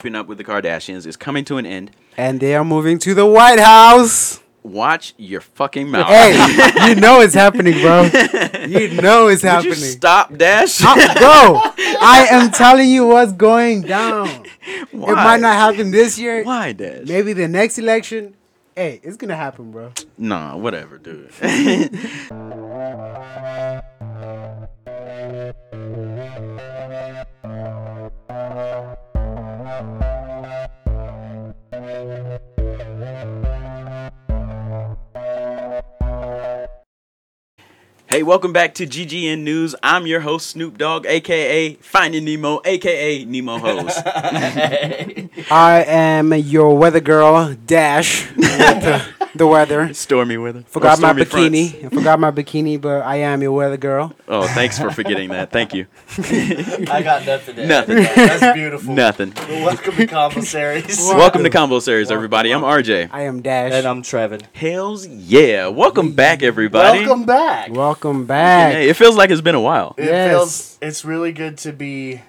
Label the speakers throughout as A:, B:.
A: keeping up with the Kardashians is coming to an end.
B: And they are moving to the White House.
A: Watch your fucking mouth.
B: Hey, you know it's happening, bro. You know it's
A: Would
B: happening.
A: you stop, Dash?
B: I- bro, I am telling you what's going down.
A: Why?
B: It might not happen this year.
A: Why, Dash?
B: Maybe the next election. Hey, it's gonna happen, bro.
A: Nah, whatever, dude. Hey, welcome back to GGN News. I'm your host, Snoop Dogg, aka Finding Nemo, aka Nemo Hose.
B: I am your weather girl, Dash. with the, the weather.
A: Stormy weather.
B: Forgot
A: Or stormy
B: my
A: fronts.
B: bikini. I forgot my bikini, but I am your weather girl.
A: Oh, thanks for forgetting that. Thank you.
C: I got nothing. To add.
A: Nothing.
C: That's beautiful.
A: Nothing.
C: Welcome to commissaries.
A: Welcome to Combo Series, everybody. I'm RJ.
B: I am Dash.
C: And I'm Trevin.
A: Hells yeah. Welcome back, everybody.
C: Welcome back.
B: Welcome back.
A: Hey, it feels like it's been a while.
C: It
B: Yes.
C: feels it's really good to be.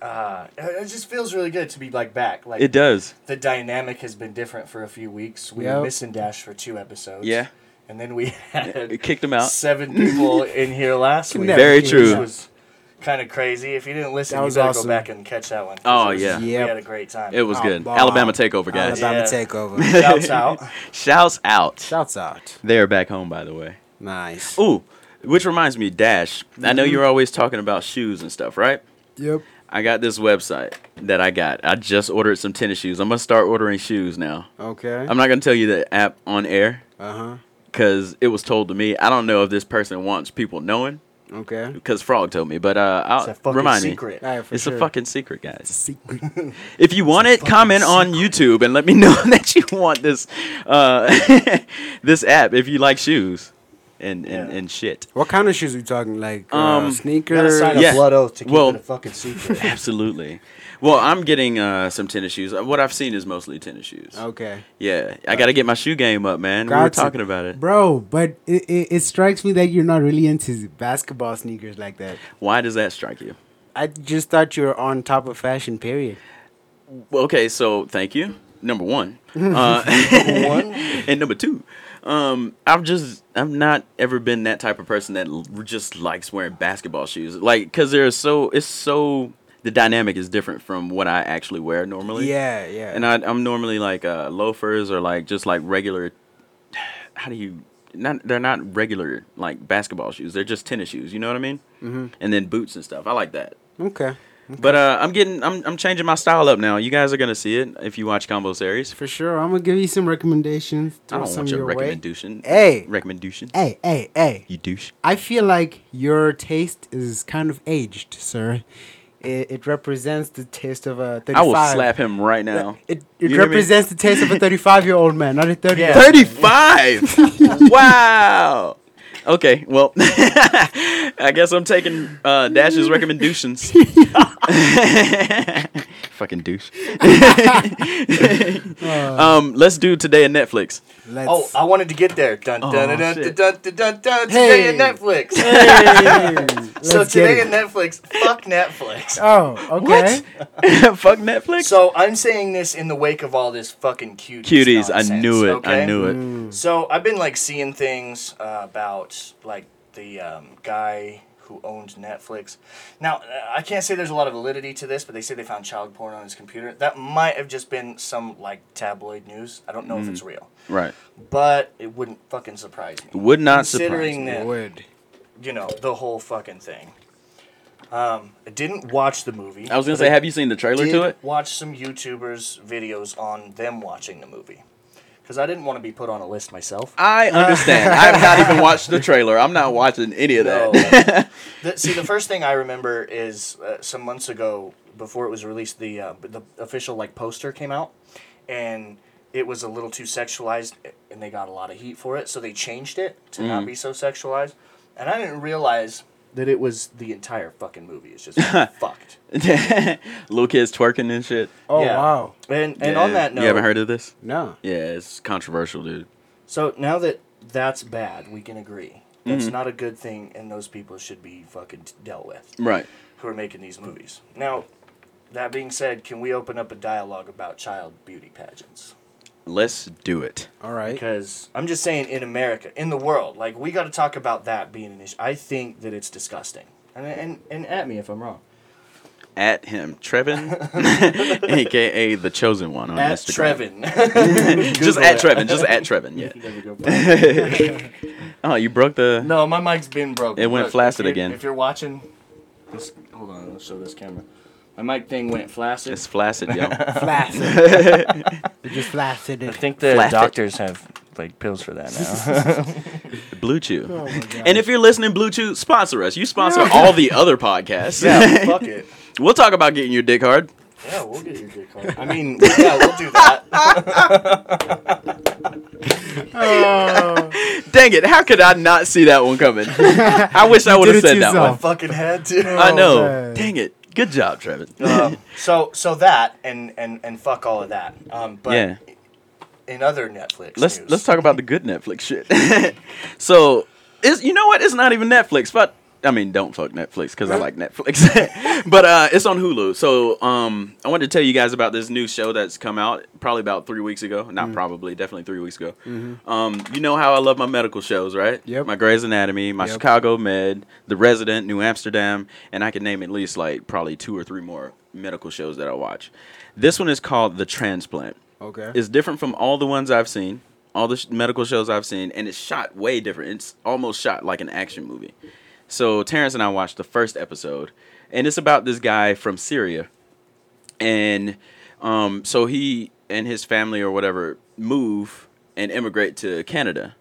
C: Uh, it just feels really good to be like back. Like
A: It does.
C: the dynamic has been different for a few weeks. We
B: Yep.
C: were missing Dash for two episodes.
A: Yeah.
C: and then we
A: It
C: had
A: kicked him out.
C: seven people in here last week.
B: Very
C: which
A: true.
C: was kind of crazy. If you didn't listen,
B: That
C: you
B: was
C: better
B: awesome.
C: go back and catch that one. 'cause
A: Oh,
C: it was-
A: yeah.
C: we
B: Yep.
C: had a great time.
A: It was
B: Oh,
A: good.
B: wow.
A: Alabama takeover, guys.
B: Alabama
C: Yeah.
B: takeover.
C: Shouts out.
A: Shouts out.
B: Shouts out.
A: They are back home, by the way.
B: Nice.
A: Ooh, which reminds me, Dash. I know you're always talking about shoes and stuff, right?
B: Yep.
A: I got this website that I got. I just ordered some tennis shoes. I'm gonna start ordering shoes now.
B: Okay.
A: I'm not gonna tell you the app on air
B: Uh huh.
A: because it was told to me. I don't know if this person wants people knowing.
B: Okay.
A: because Frog told me. But uh, I'll
C: It's a fucking
A: remind
C: secret.
B: All right,
A: me.
B: for
A: It's
B: sure.
A: a fucking secret, guys.
B: secret.
A: If you want it, comment on YouTube and let me know that you want this uh, this app if you like shoes and and,
C: Yeah.
A: and shit.
B: What kind of shoes are we talking? Like uh,
A: Um,
C: Gotta
B: sneakers?
C: sign
A: Yeah.
C: a blood oath to keep
A: Well-
C: it a fucking secret.
A: Absolutely. Well, I'm getting uh, some tennis shoes. Uh, What I've seen is mostly tennis shoes.
C: Oh.
B: Okay.
A: Yeah, I got to get my shoe game up, man. We were
B: Gotcha.
A: talking about it.
B: Bro, but it, it, it strikes me that you're not really into basketball sneakers like that.
A: Why does that strike you?
B: I just thought you were on top of fashion, period.
A: Well, okay, so thank you. Number one. Uh,
C: One,
A: and number two, um, I've just I've not ever been that type of person that l- just likes wearing basketball shoes, like because they're so it's so the dynamic is different from what I actually wear normally.
B: Yeah, yeah.
A: and I, I'm normally like uh, loafers or like just like regular. How do you? Not they're not regular like basketball shoes. They're just tennis shoes. You know what I mean? Mm-hmm. And then boots and stuff. I like that.
B: okay.
A: But uh, I'm getting I'm I'm changing my style up now. You guys are gonna see it if you watch combo series.
B: For sure. I'm going to give you some recommendations.
A: I
B: throw
A: don't
B: some
A: want your
B: way.
A: recommendation.
B: Hey.
A: recommendation.
B: Hey, hey, hey.
A: You douche.
B: I feel like your taste is kind of aged, sir. It, it represents the taste of a 35.
A: I will slap him right now.
B: It,
A: You
B: it
A: hear me?
B: represents the taste of a 35 year old man, not a 30
C: Yeah.
A: 35. wow. Okay, well, I guess I'm taking uh, Dash's recommendations. Fucking douche. um, let's do today in Netflix.
B: Let's,
C: Oh, I wanted to get there. Dun dun dun dun
A: Oh, shit.
C: dun dun dun dun. Today in
B: Hey.
C: Netflix.
B: Let's
C: Oh, so
B: get
C: today
B: it.
C: in Netflix. Fuck Netflix.
B: Oh, okay.
A: Fuck Netflix.
C: So I'm saying this in the wake of all this fucking cuties.
A: Cuties,
C: nonsense,
A: I knew it. I
C: okay? Mm.
A: knew it.
C: So I've been like seeing things uh, about like the um, guy who owned Netflix. Now uh, I can't say there's a lot of validity to this, but they say they found child porn on his computer. That might have just been some like tabloid news. I don't know
A: Mm.
C: if it's real,
A: Right.
C: but it wouldn't fucking surprise me.
A: Would not surprise
C: Considering
A: me.
C: that
B: Would.
C: you know the whole fucking thing. Um, I didn't watch the movie.
A: I was gonna
C: but
A: say, have you seen the trailer
C: did
A: to it?
C: watch some YouTubers' videos on them watching the movie because I didn't want to be put on a list myself.
A: I understand. I have not even watched the trailer. I'm not watching any of
C: No.
A: that.
C: The- see, the first thing I remember is uh, some months ago, before it was released, the uh, the official like poster came out, and it was a little too sexualized, and they got a lot of heat for it. So they changed it to not
A: Mm-hmm.
C: be so sexualized, and I didn't realize that it was the entire fucking movie. It's just fucked.
A: Little kids twerking and shit.
B: Oh,
C: Yeah.
B: wow.
C: And and
A: Yeah.
C: on that note,
A: you haven't heard of this?
B: No.
A: Yeah, it's controversial, dude.
C: So now that that's bad, we can agree. That's
A: Mm-hmm.
C: not a good thing, and those people should be fucking dealt with
A: Right.
C: who are making these movies. Now, That being said, can we open up a dialogue about child beauty pageants?
A: Let's do it.
B: All right.
C: Because I'm just saying, in America, in the world, like we got to talk about that being an issue. I think that it's disgusting, and and and at me if I'm wrong.
A: At him, Trevin, aka the chosen one on
C: At
A: Instagram.
C: Trevin.
A: just
C: Google
A: at
C: it.
A: Trevin. Just at Trevin. Yeah.
C: There we go, bye.
A: oh, you broke the.
C: no, my mic's been broken.
A: It went
C: Look,
A: flaccid
C: if you're-
A: again.
C: If you're watching, this, hold on, let's show this camera. My mic thing went flaccid.
A: It's flaccid, yo.
B: Flaccid. You just flaccid it.
C: I think the
A: Flaccid.
C: doctors have like pills for that now.
A: Blue Chew.
C: Oh
B: my God.
A: and if you're listening, Blue Chew, sponsor us. You sponsor all the other podcasts.
C: fuck it.
A: we'll talk about getting your dick hard.
C: Yeah, we'll get your dick hard. I mean, yeah, we'll do that.
B: Oh.
A: Dang it! How could I not see that one coming? I wish I would have
B: did it
A: said that
B: yourself.
A: one.
B: I
C: fucking had to.
A: I know.
B: man.
A: Dang it! Good job, Trevin.
C: Oh, Um, so, so that and and and fuck all of that. Um, but
A: yeah.
C: in other Netflix
A: Let's
C: news,
A: let's talk about the good Netflix shit. so, it's you know what? It's not even Netflix, but I mean, don't fuck Netflix because I like Netflix. but uh, it's on Hulu. So, um, I wanted to tell you guys about this new show that's come out probably about three weeks ago. Not probably, definitely three weeks ago. Um, you know how I love my medical shows, right?
B: Yep.
A: My Grey's Anatomy, my
B: Yep.
A: Chicago Med, The Resident, New Amsterdam, and I can name at least like probably two or three more medical shows that I watch. This one is called The Transplant
B: Okay.
A: is different from all the ones I've seen, all the sh- medical shows I've seen, and it's shot way different. It's almost shot like an action movie. So Terrence and I watched the first episode, and it's about this guy from Syria, and um, so he and his family or whatever move and immigrate to Canada,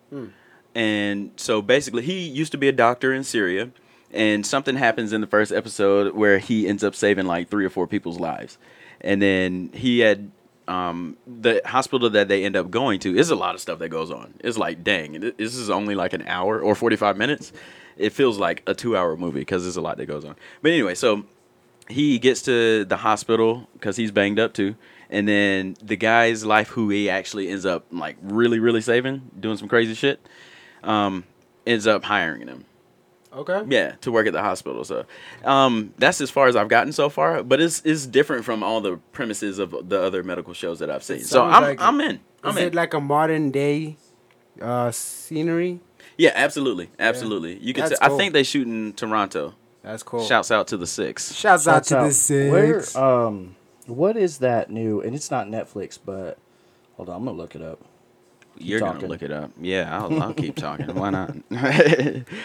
A: and so basically he used to be a doctor in Syria. And something happens in the first episode where he ends up saving like three or four people's lives. And then he had um, the hospital that they end up going to is a lot of stuff that goes on. It's like, dang, it- this is only like an hour or 45 minutes. It feels like a two hour movie because there's a lot that goes on. But anyway, so he gets to the hospital because he's banged up too. And then the guy's life, who he actually ends up like really, really saving, doing some crazy shit, um, ends up hiring him.
B: Okay.
A: Yeah, to work at the hospital. So um, that's as far as I've gotten so far. But it's it's different from all the premises of the other medical shows that I've seen. So
B: sounds
A: I'm
B: like-
A: I'm in. I'm
B: Is
A: in.
B: it like a modern day uh, scenery?
A: yeah, absolutely, absolutely. You can.
B: That's
A: tell I
B: cool.
A: think they shoot in Toronto.
B: That's cool.
A: Shouts out to the six.
B: Shouts out to the six.
C: Where, um, what is that new? And it's not Netflix, but hold on, I'm gonna look it up.
A: You're
C: talking.
A: gonna look it up. Yeah, I'll, I'll keep talking. Why not?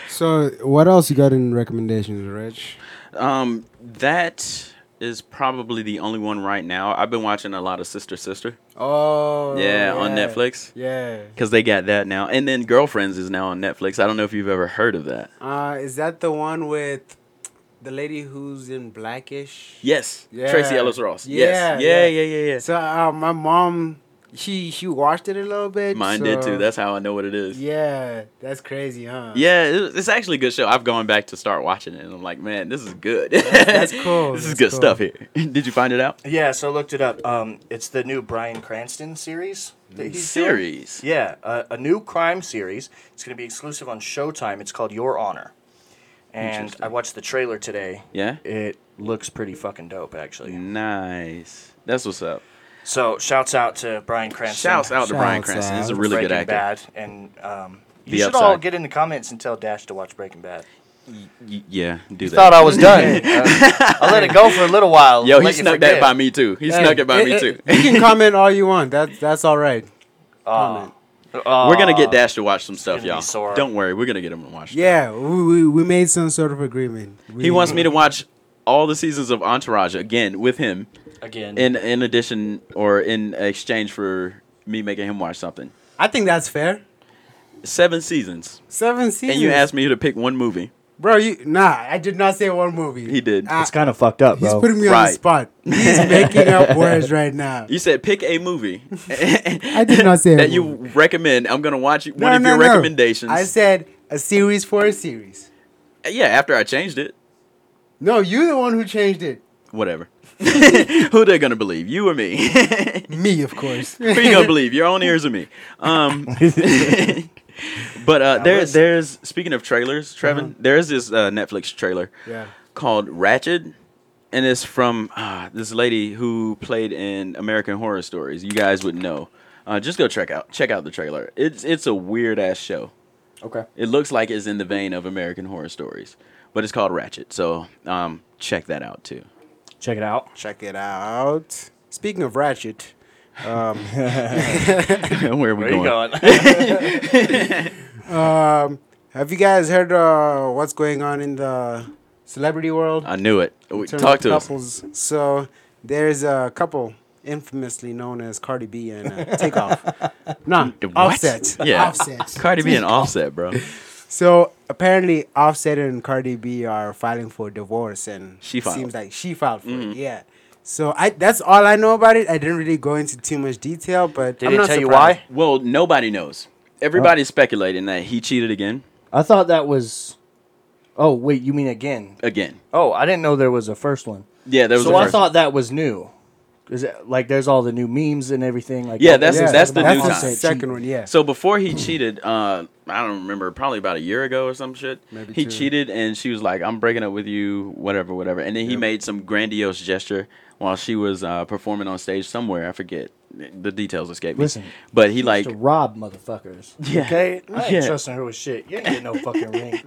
B: so, what else you got in recommendations, Rich?
A: um, that is probably the only one right now. I've been watching a lot of Sister Sister.
B: Oh.
A: yeah, on Netflix.
B: Yeah.
A: Because they got that now. And then Girlfriends is now on Netflix. I don't know if you've ever heard of that.
B: Uh, is that the one with the lady who's in Blackish?
A: Yes.
B: Yeah.
A: Tracy Ellis Ross.
B: Yeah,
A: yes. Yeah, yeah, yeah, yeah.
B: So uh, my mom, she she watched it a little bit.
A: Mine did too.
B: so-
A: That's how I know what it is. Yeah,
B: yeah, that's crazy, huh?
A: it- it's actually a good show. I've gone back to start watching it and I'm like, man, this is good.
B: that's cool,
A: this is
B: that's
A: good
B: cool.
A: stuff here. did you find it out?
C: Yeah, so I looked it up. Um, it's the new Brian Cranston series. That he's doing.
A: Series.
C: Yeah, a, a new crime series. It's going to be exclusive on Showtime. It's called Your Honor. And
A: Interesting.
C: I watched the trailer today.
A: Yeah? Mm.
C: It looks pretty fucking dope, actually.
A: Nice. That's what's up.
C: So, shouts out to Brian Cranston.
A: Shouts out to Brian
B: Shouts
A: Cranston. He's a
B: out.
A: really good
C: Breaking
A: actor.
C: Bad. And um, you
A: The
C: should all
A: Upside.
C: get in the comments and tell Dash to watch Breaking Bad.
A: Y- yeah, do that.
C: Thought I was done. I Uh, let it go for a little while.
A: Yo, he snuck that by me too. He snuck it by me too.
B: you can comment all you want. That's that's all right.
C: Ah.
B: Comment.
A: We're gonna get Dash to watch some stuff,
C: gonna be
A: y'all.
C: sore.
A: Don't worry, we're gonna get him to watch. stuff.
B: Yeah, we, we, we made some sort of agreement. We,
A: He wants me to watch all the seasons of Entourage again with him,
C: again.
A: in in addition or in exchange for me making him watch something.
B: I think that's fair.
A: Seven seasons,
B: Seven seasons.
A: and you asked me to pick one movie.
B: bro? You nah? I did not say one movie.
A: He did.
B: I-
C: it's kind of fucked up,
B: he's
C: bro.
B: putting me on
A: Right.
B: the spot. He's making up words right now.
A: You said pick a movie. I
B: did not say a
A: that you
B: movie.
A: recommend. I'm gonna watch one of your recommendations.
B: I said a series for a series.
A: yeah, after I changed it,
B: No, you're the one who changed it.
A: whatever. Who they gonna believe? You or me? Who
B: Me, of course.
A: you gonna believe? Your own ears or me? Um, but uh, there,
C: was-
A: there's speaking of trailers, Trevin. There's this uh, Netflix trailer
B: Uh-huh. Yeah.
A: called Ratchet. and it's from uh, this lady who played in American Horror Stories. You guys would know. Uh, just go check out check out the trailer. It's it's a weird ass show.
B: Okay.
A: It looks like it's in the vein of American Horror Stories, but it's called Ratchet. So um, check that out too.
C: Check it out.
B: Check it out. Speaking of Ratchet,
A: Where are we
D: Where
A: going?
D: you going?
B: have you guys heard uh, what's going on in the celebrity world?
A: I knew it. We,
B: terms
A: talk
B: of
A: to us.
B: couples. So there's a couple infamously known as Cardi B and uh, Takeoff. nah,
A: What?
B: Offset.
A: Yeah.
B: Offset.
A: Cardi B and Offset, bro.
B: So apparently, Offset and Cardi B are filing for divorce, and
A: She filed. Mm-hmm.
B: seems like she filed for it. Yeah. So I that's all I know about it. I didn't really go into too much detail, but
D: Did
B: I'm
D: it
B: not
D: tell you
B: surprised.
D: why?
A: Well, nobody knows.
C: Oh.
A: Everybody's speculating that he cheated again,
C: I thought that was. Oh wait, you mean again?
A: again.
C: Oh, I didn't know there was a first one.
A: Yeah, there was.
C: so
A: the
C: I
A: first
C: thought that was new. Is it, like there's all the new memes and everything. Like
A: Yeah,
C: oh,
A: that's-
C: this is
A: that's the
C: about
A: new
C: Offset
A: time.
C: cheating.
B: second one. Yeah.
A: So before he cheated, uh, I don't remember, probably about a year ago or some shit.
B: Maybe
A: he
B: two.
A: cheated, and she was like, "I'm breaking up with you," whatever, whatever. And then he made some grandiose gesture while she was uh, performing on stage somewhere. I forget the details escape me.
C: Listen.
A: but he like,
C: to rob motherfuckers.
A: Yeah.
C: Okay, I ain't
A: Yeah.
C: trusting her with shit. You ain't getting no fucking ring.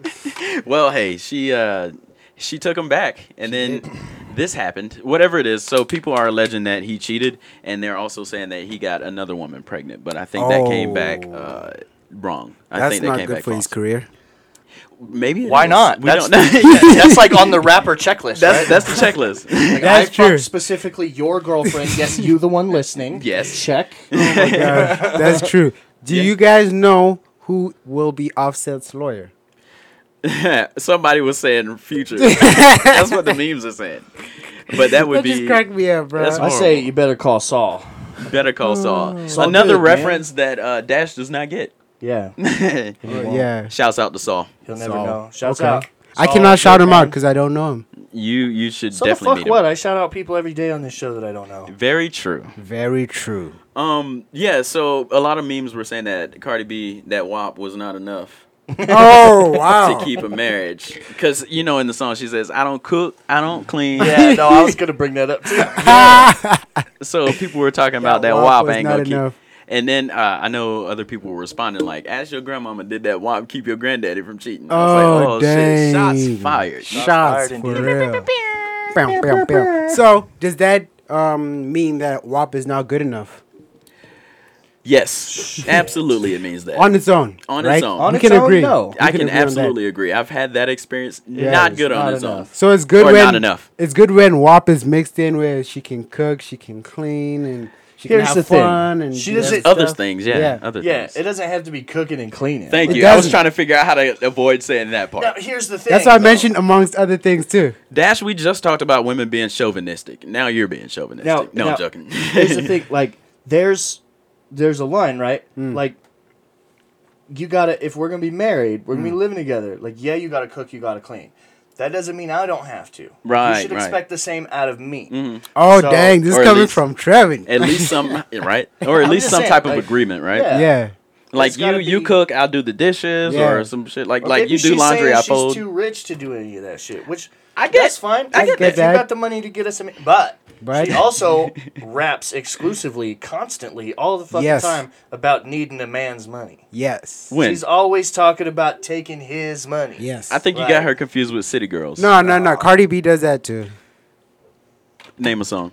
A: well, hey, she uh, she took him back, and then. This happened, whatever it is. So people are alleging that he cheated, and they're also saying that he got another woman pregnant. But I think that came back
B: Oh.
A: uh, wrong. I
B: that's
A: think that
B: not
A: came
B: good
A: back
B: for his
A: false.
B: career.
A: Maybe it
D: Why
A: is.
D: not?
A: We
D: That's,
A: don't know.
D: that's like on the rapper checklist,
A: That's
D: right?
A: that's the checklist.
C: Like,
B: That's
C: I fucked
B: true.
C: Specifically, your girlfriend. Yes, you, the one listening.
A: Yes.
C: Check.
B: Yeah, that's true. Do you guys know who will be Offset's lawyer?
A: Somebody was saying future. that's what the memes are saying. But that would
B: that just
A: be
B: cracked me up, bro. Oh,
A: that's
C: I say you better call Saul.
A: Better Call Saul.
C: Saul
A: Another
C: good, man.
A: reference that uh, Dash does not get.
C: Yeah.
B: yeah.
A: Shouts out to Saul.
D: He'll never
B: Saul.
D: know. Shouts
B: Okay.
D: out.
B: I
D: Saul,
A: Oh,
B: cannot shout him
D: man.
B: out because I don't know him.
A: You you should
C: So the
A: definitely
C: fuck
A: meet him.
C: what? I shout out people every day on this show that I don't know.
A: Very true.
B: Very true.
A: Um yeah, so a lot of memes were saying that Cardi B that WAP was not enough
B: Oh wow!
A: to keep a marriage cuz you know in the song she says I don't cook, I don't clean.
D: Yeah, no, I was gonna bring that up too.
A: So people were talking about that
B: That
A: WAP
B: WAP was
A: ain't
B: not
A: gonna keep.
B: enough.
A: And then uh, I know other people were responding like, "Ask your grandmama did that WAP keep your granddaddy from cheating?" I
B: Oh,
A: was like, shit!
B: dang.
A: Shots fired.
B: Shots
D: fired
B: for
D: indeed.
B: real. Bow, bow, bow. So does that um, mean that WAP is not good enough
A: Yes, absolutely, it means that.
B: on its own?
A: On its
B: right?
A: own.
B: We
A: On
C: its
B: can
C: own,
B: agree.
C: no.
A: I
B: We
A: can
B: agree on that.
A: absolutely agree. I've had that experience.
B: Yeah,
A: not
B: it's
A: good on
C: not
A: its own.
C: enough.
B: So it's good
A: Or
B: when
A: not enough.
B: It's good when WAP is mixed in where she can cook, she can clean, and she can
C: Here's the
B: have
C: thing.
B: fun. And
D: She
B: do
D: doesn't-
B: that
A: Other
B: stuff.
A: things, yeah,
B: Yeah.
A: Other
D: Yeah, it
A: things.
D: doesn't have to be cooking and cleaning.
A: Thank
B: It
A: you. I was
B: doesn't.
A: trying to figure out how to avoid saying that part.
D: Now, here's the thing.
B: That's what I
D: though.
B: mentioned amongst other things too.
A: Dash, we just talked about women being chauvinistic. Now you're being chauvinistic.
C: Now-
A: no,
C: now-
A: I'm joking.
C: Here's the thing. Like there's there's a line right.
D: Hmm.
C: Like you gotta if we're gonna be married, we're gonna
D: Hmm.
C: be living together. Like yeah, you gotta cook, you gotta clean.
D: That doesn't mean I don't have to.
A: Right,
D: You should
A: right. Mm-hmm.
D: expect the same out of me.
B: Oh
D: So-
B: dang! This
A: Or
B: is
A: at
B: coming
A: least-
B: from Trevin.
A: at least some right or at
D: I'm
A: least
D: just
A: some
D: saying,
A: type of
D: like,
A: agreement right
D: yeah.
B: yeah.
A: like
D: It's
A: you
D: gotta
A: you
D: be-
A: cook i'll do the dishes
B: Yeah.
A: or some shit like
D: Or
A: like
D: maybe
A: you do
D: she's
A: laundry
D: saying
A: i
D: she's
A: fold
D: too rich to do any of that shit, which
A: I get-
D: that's fine.
A: I get
D: If you
B: that.
D: got the money to get us a, ma- but
B: But-
D: she also raps exclusively, constantly, all the fucking
B: Yes.
D: time about needing a man's money.
B: Yes.
A: When?
D: She's always talking about taking his money.
B: Yes.
A: i think you
D: Right.
A: got her confused with city girls
B: No, no, no. Cardi B does that too.
A: name a song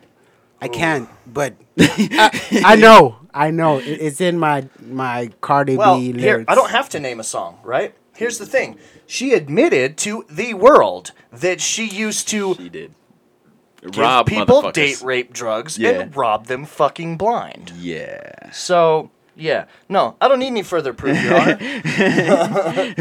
B: I can't, but I, I know, I know. It, it's in my my Cardi
D: Well,
B: B lyrics.
D: here I don't have to name a song, right? Here's the thing: she admitted to the world that she used to
A: she did
D: give
A: rob
D: people
A: motherfuckers.
D: date rape drugs
A: Yeah.
D: and rob them fucking blind.
A: yeah
D: So yeah, no, I don't need any further proof, Your Honor.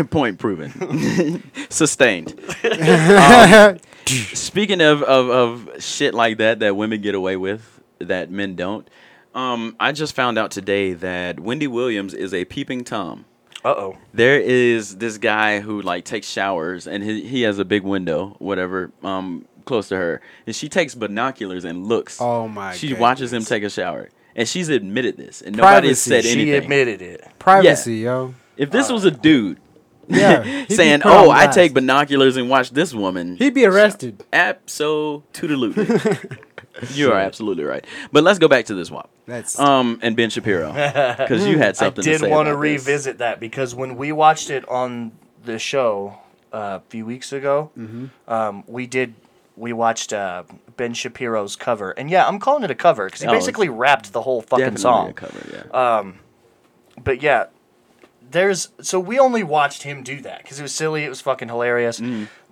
A: point proven sustained Um, speaking of, of of shit like that that women get away with that men don't um, I just found out today that Wendy Williams is a peeping tom.
D: Uh oh.
A: there is this guy who like takes showers and he, he has a big window whatever um close to her and she takes binoculars and looks
B: Oh, my
A: she watches him
B: goodness.
A: take a shower and she's admitted this and nobody has
B: Privacy.
A: said
B: She Uh,
A: anything
D: She admitted it.
B: privacy, yo.
A: if this was a dude
B: Yeah, he'd be
A: saying,
B: put on
A: "Oh, I
B: blast.
A: take binoculars and watch this woman."
B: He'd be arrested.
A: absolutely. you are absolutely right. But let's go back to this WAP.
B: That's
A: Um, and Ben Shapiro, because you had
C: I
A: something.
C: did
A: to say
C: want to
A: about this.
C: revisit that because when we watched it on the show uh, a few weeks ago,
A: Mm-hmm.
C: um, we did we watched uh, Ben Shapiro's cover, and yeah, I'm calling it a cover because he
A: Oh, it's
C: basically rapped the whole fucking
A: Definitely
C: song.
A: a cover, yeah.
B: Uh,
C: But yeah, there's so we only watched him do that because it was silly, it was fucking hilarious.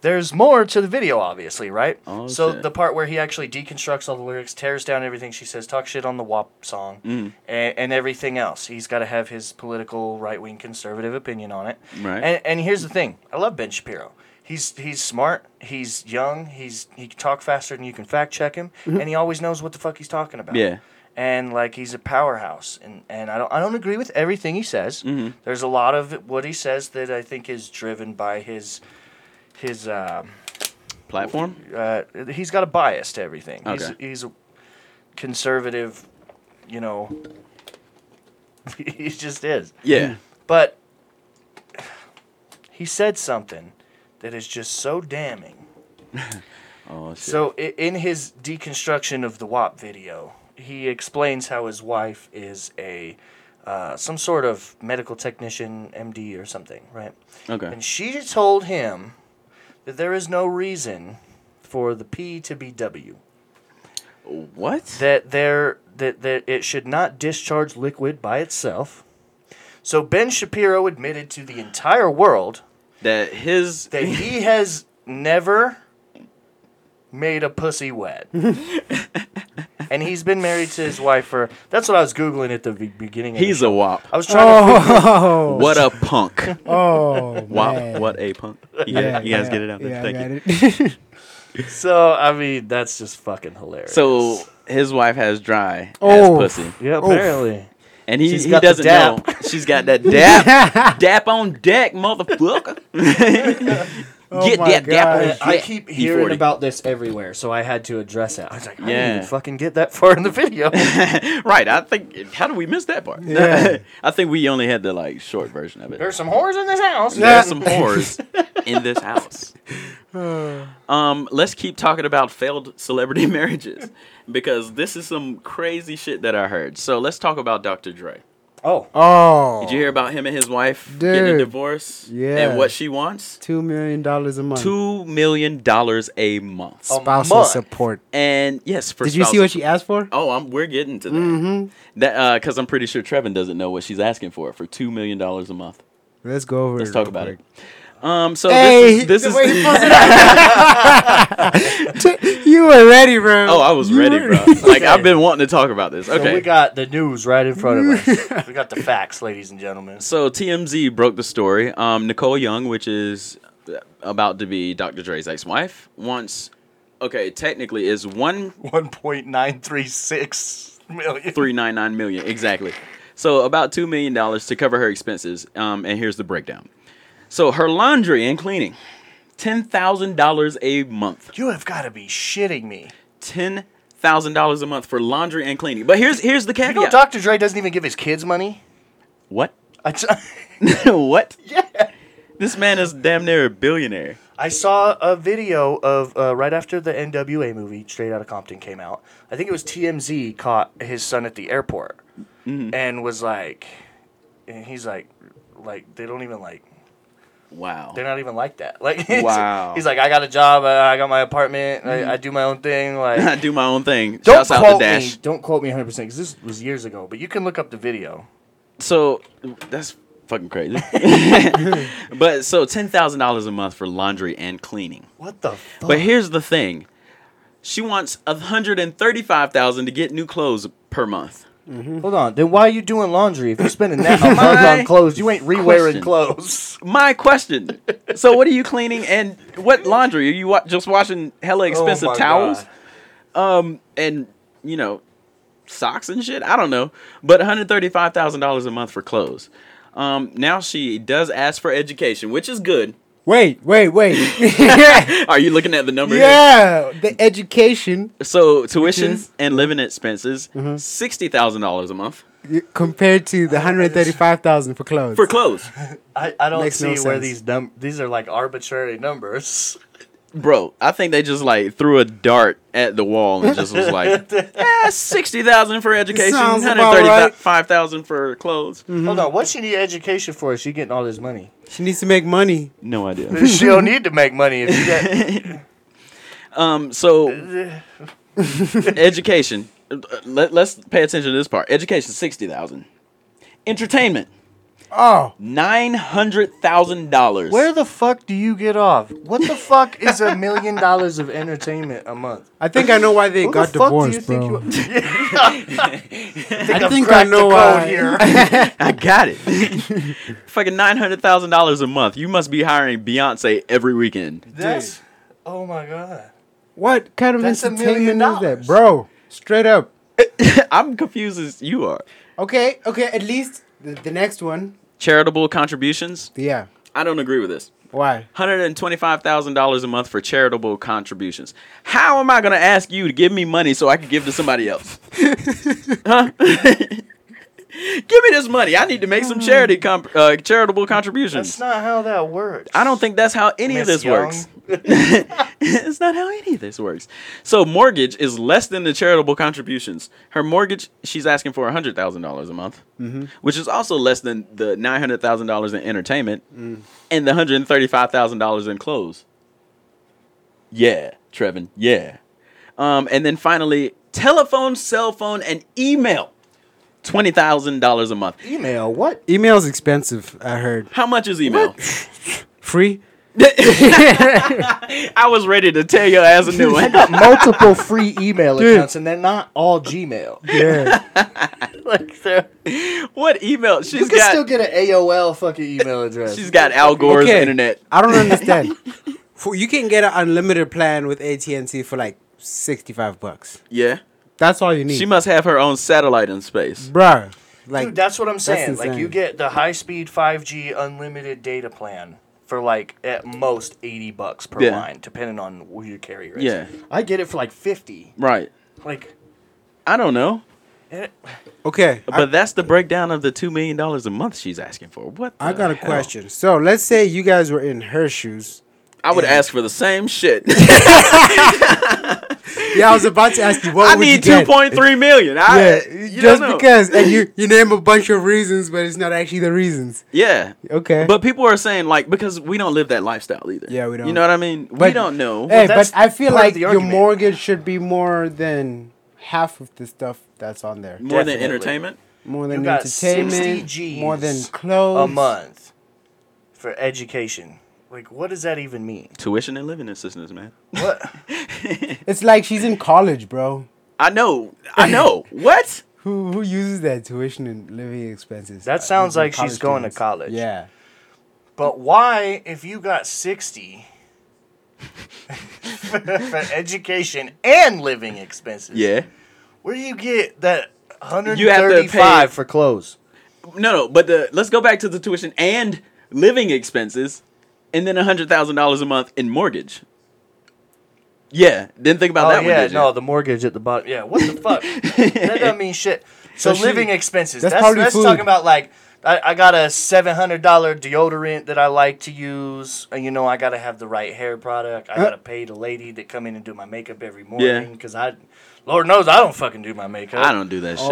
C: There's more to the video, obviously, right?
A: Mm. Oh,
C: so
A: shit.
C: the part where he actually deconstructs all the lyrics, tears down everything she says, talks shit on the WAP song,
A: Mm.
C: and, and everything else. He's got to have his political right wing conservative opinion on it.
A: Right.
C: And, and here's the thing: I love Ben Shapiro. He's he's smart. He's young. He's he can talk faster than you can fact check him,
A: Mm-hmm.
C: and he always knows what the fuck he's talking about
A: Yeah.
C: and like he's a powerhouse and, and I don't I don't agree with everything he says.
A: Mm-hmm.
C: There's a lot of what he says that I think is driven by his his uh,
A: Platform.
C: uh, he's got a bias to everything. He's
A: Okay.
C: he's a conservative, you know. he just is.
B: Mm.
A: Yeah.
C: But he said something that is just so damning.
A: Oh shit.
C: So i- in his deconstruction of the WAP video, he explains how his wife is a uh, some sort of medical technician, MD or something, right?
A: okay.
C: And she told him that there is no reason for the P to be W.
A: What?
C: That there that, that it should not discharge liquid by itself. So Ben Shapiro admitted to the entire world
A: that his
C: that he has never made a pussy wet. and he's been married to his wife for. That's what I was googling at the be- beginning. Of
A: he's
C: the
A: a wop.
C: show. I was trying to.
B: oh,
A: What a punk.
B: oh,
A: Wop.
B: man.
A: What a punk. You, get
B: Yeah,
A: it? You guys
B: yeah,
A: get it out there.
B: Yeah,
A: Thank
B: I
A: you.
B: got it.
C: So I mean, that's just fucking hilarious.
A: So his wife has dry
B: Oh.
A: ass pussy,
C: yeah, apparently
A: and he,
C: She's
A: he
C: got the
A: doesn't know.
C: dap.
A: She's got that dap. dap on deck, motherfucker.
B: Oh
A: get
B: my
A: that dap on
B: gosh.
A: deck.
E: I keep
C: E
E: hearing
A: E40.
E: about this everywhere, so I had to address it. I was like,
C: I didn't
A: Yeah.
C: even fucking get that far in the video.
A: right. I think. How do we miss that part?
B: Yeah.
A: I think we only had the like short version of it.
C: There's some whores in this house.
A: There's some whores in this house. Um, let's keep talking about failed celebrity marriages because this is some crazy shit that I heard. So let's talk about Dr. Dre.
C: oh,
B: Oh,
A: Did you hear about him and his wife getting a
B: Dude.
A: divorce?
B: Yeah.
A: And what she wants?
B: two million dollars a month.
A: Two million dollars a month.
C: Oh.
B: spousal
C: month.
B: support.
A: And yes, for
B: Did you see
A: spousal-
B: what she asked for? Mm-hmm.
A: Oh, I'm, we're getting to that.
B: Mm.
A: That because I'm pretty sure Trevin doesn't know what she's asking for for two million dollars a month.
B: Let's go over.
A: Let's talk about it. Um, so
B: Hey,
A: this
B: the
A: is,
B: way
A: this
B: he
A: is
B: pulls it out. you were ready, bro.
A: Oh, I was
B: You
A: ready,
B: were-
A: bro. Like I've been wanting to talk about this.
C: so
A: Okay. So,
C: we got the news right in front of us. we got the facts, ladies and gentlemen.
A: TMZ broke the story. Um, Nicole Young, which is about to be Dr. Dre's ex-wife, wants okay, technically is one
C: One point nine three six million.
A: three nine nine million exactly. So about two million dollars to cover her expenses. Um, and here's the breakdown. So her laundry and cleaning, ten thousand dollars a month.
C: You have got to be shitting me.
A: Ten thousand dollars a month for laundry and cleaning. But here's here's the
C: You know,
A: caveat.
C: Dr. Dre doesn't even give his kids money.
A: what?
C: I t-
A: what? Yeah. This man is damn near a billionaire.
C: I saw a video of uh, right after the NWA movie Straight Outta Compton came out. I think it was TMZ caught his son at the airport
A: Mm-hmm.
C: and was like, and he's like, like they don't even like
A: Wow.
C: they're not even like that. Like he's,
A: Wow.
C: he's like I got a job, uh, I, I got my apartment, I, I do my own thing.
A: I
C: Like
A: do my own thing.
E: don't
A: Shouts out to
E: quote
A: Dash.
E: me. Don't quote me 100 percent because this.
C: this was years ago, but you can look up the video.
A: So that's fucking crazy. but so ten thousand dollars a month for laundry and cleaning.
C: What the fuck?
B: Uh-huh.
A: But here's the thing. She wants a hundred and thirty-five thousand to get new clothes per month.
E: Hold on. Then why are you doing laundry if you're spending that much
A: My
E: on clothes? You ain't
A: question.
E: rewearing clothes.
A: My question. so what are you cleaning and what laundry are you wa- just washing? Hella
B: Oh
A: expensive
C: Oh my
A: towels, um, and you know, socks and shit. I don't know, but one hundred thirty-five thousand dollars a month for clothes. Um, now she does ask for education, which is good.
B: Wait, wait, wait.
A: Are you looking at the number? here?
B: yeah, the education
A: So tuition
B: is- Mm-hmm.
A: and living expenses, thousand dollars a month
B: compared to
C: Uh,
B: the hundred thirty-five thousand for clothes.
A: for clothes,
C: I, I don't
B: Makes
C: see
B: no
C: where
B: sense.
C: these num- these are like arbitrary numbers.
A: bro. I think they just like threw a dart at the wall and just was like, eh, sixty thousand for education,
B: Sounds about Mm-hmm.
A: hundred
B: right.
A: thirty-five thousand for clothes.
C: Hold on, what's she need education for? Is she getting all this money?
B: she needs to make money.
A: No idea.
C: she don't need to make money if you get.
A: Um, so education. Uh, Let, let's pay attention to this part. Education sixty thousand. Entertainment
B: Oh,
A: nine hundred thousand dollars.
C: Where the fuck do you get off? What the fuck is a million dollars of entertainment a month?
B: I think I know why they
C: Who
B: got
C: the fuck do you
B: divorced,
C: think
B: bro.
C: you? Think
B: I
C: I've
B: think I
C: cracked the
B: know
C: code
B: why.
C: Here.
A: I got it. Fucking nine hundred thousand dollars a month. You must be hiring Beyonce every weekend.
C: That's, oh my god.
B: What kind of
C: That's a million
B: entertainment is that,
C: dollars.
B: bro? Straight up.
A: I'm confused as you are.
B: Okay, okay. At least the, the next one.
A: Charitable contributions.
B: Yeah.
A: I don't agree with this.
B: Why?
A: Hundred and twenty-five thousand dollars a month for charitable contributions. How am I gonna ask you to give me money so I can give to somebody else? huh? give me this money. I need to make some charity comp- uh, charitable
C: Hmm. That's
A: contributions.
C: not how that works.
A: Mm. I don't think that's how any of
C: Miss
A: this works. it's not how any of this works. So mortgage is less than the charitable contributions. Her mortgage, she's asking for hundred thousand dollars a month,
C: Mm-hmm.
A: which is also less than the nine hundred thousand dollars in entertainment
C: Mm.
A: and the hundred thirty-five thousand dollars in clothes. Yeah, Trevin. Yeah. Um, and then finally, telephone, cell phone, and email. Twenty thousand dollars a month.
C: Email what?
B: Email's expensive. I heard.
A: How much is email?
B: Free.
A: I was ready to tell your ass a new one.
C: Multiple free email accounts, and they're not all Gmail.
B: Yeah.
C: Like they're.
A: What email? She's
C: You can
A: got
C: still get an AOL fucking email address.
A: she's got Al Gore's
B: Okay.
A: internet.
B: I don't understand. For, you can get an unlimited plan with AT and T for like sixty-five bucks.
A: Yeah.
B: That's all you need,
A: She must have her own satellite in space.
B: Bruh. Like
C: Dude, that's what I'm saying. Like
B: insane.
C: you get the high speed 5G unlimited data plan for like at most 80 bucks per
A: Yeah.
C: line depending on who your carrier is.
A: Yeah.
C: I get it for like 50.
A: Right.
C: Like eh,
A: I don't know.
C: it,
B: okay, I-
A: But that's the breakdown of the two million dollars a month she's asking for. What?
B: I
A: the
B: got a
A: hell?
B: question. So let's say you guys were in her shoes.
A: I would ask for the same shit.
B: Yeah, I was about to ask you what
A: I
B: would
A: need
B: you
A: two
B: get?
A: point three million. I,
B: Yeah,
A: you
B: just
A: don't know.
B: because, and you you name a bunch of reasons, but it's not actually the reasons.
A: Yeah.
B: Okay,
A: But people are saying like because we don't live that lifestyle either.
B: Yeah, we don't.
A: You know what I mean? we
B: But-
A: don't know.
B: hey,
C: that's
B: but I feel
C: part of
B: like
C: the
B: your
C: argument.
B: mortgage should be more than half of the stuff that's on there.
A: More
C: definitely.
A: than entertainment.
B: More than
C: You got 60
B: entertainment,
C: Gs
B: more than clothes.
C: a month for education. Like what does that even mean?
A: Tuition and living assistance, man.
C: What?
B: It's like she's in college, bro.
A: I know. I know. what?
B: Who who uses that tuition and living expenses?
C: That
B: Uh,
C: sounds
B: these are
C: like she's
B: college
C: going to
B: students.
C: college.
B: Yeah.
C: but why if you got 60 for education and living expenses?
A: Yeah.
C: Where do you get that
A: You have to
C: 135
A: pay-
C: for clothes?
A: No, no, but the let's go back to the tuition and living expenses, and then hundred thousand dollars a month in mortgage. Yeah, didn't think about
C: Oh
A: that
C: yeah,
A: one. Did you?
C: no, the mortgage at the bottom. Yeah, what the fuck? that don't mean shit. So,
B: she-
C: living expenses.
B: that's
C: That's
B: probably
C: that's
B: food.
C: talking about like I, I got a seven hundred dollar deodorant that I like to use. And, you know, I gotta have the right hair product. I
A: Uh.
C: gotta pay the lady that come in and do my makeup every morning because I, Lord knows, I don't fucking do my makeup.
A: I don't do that shit.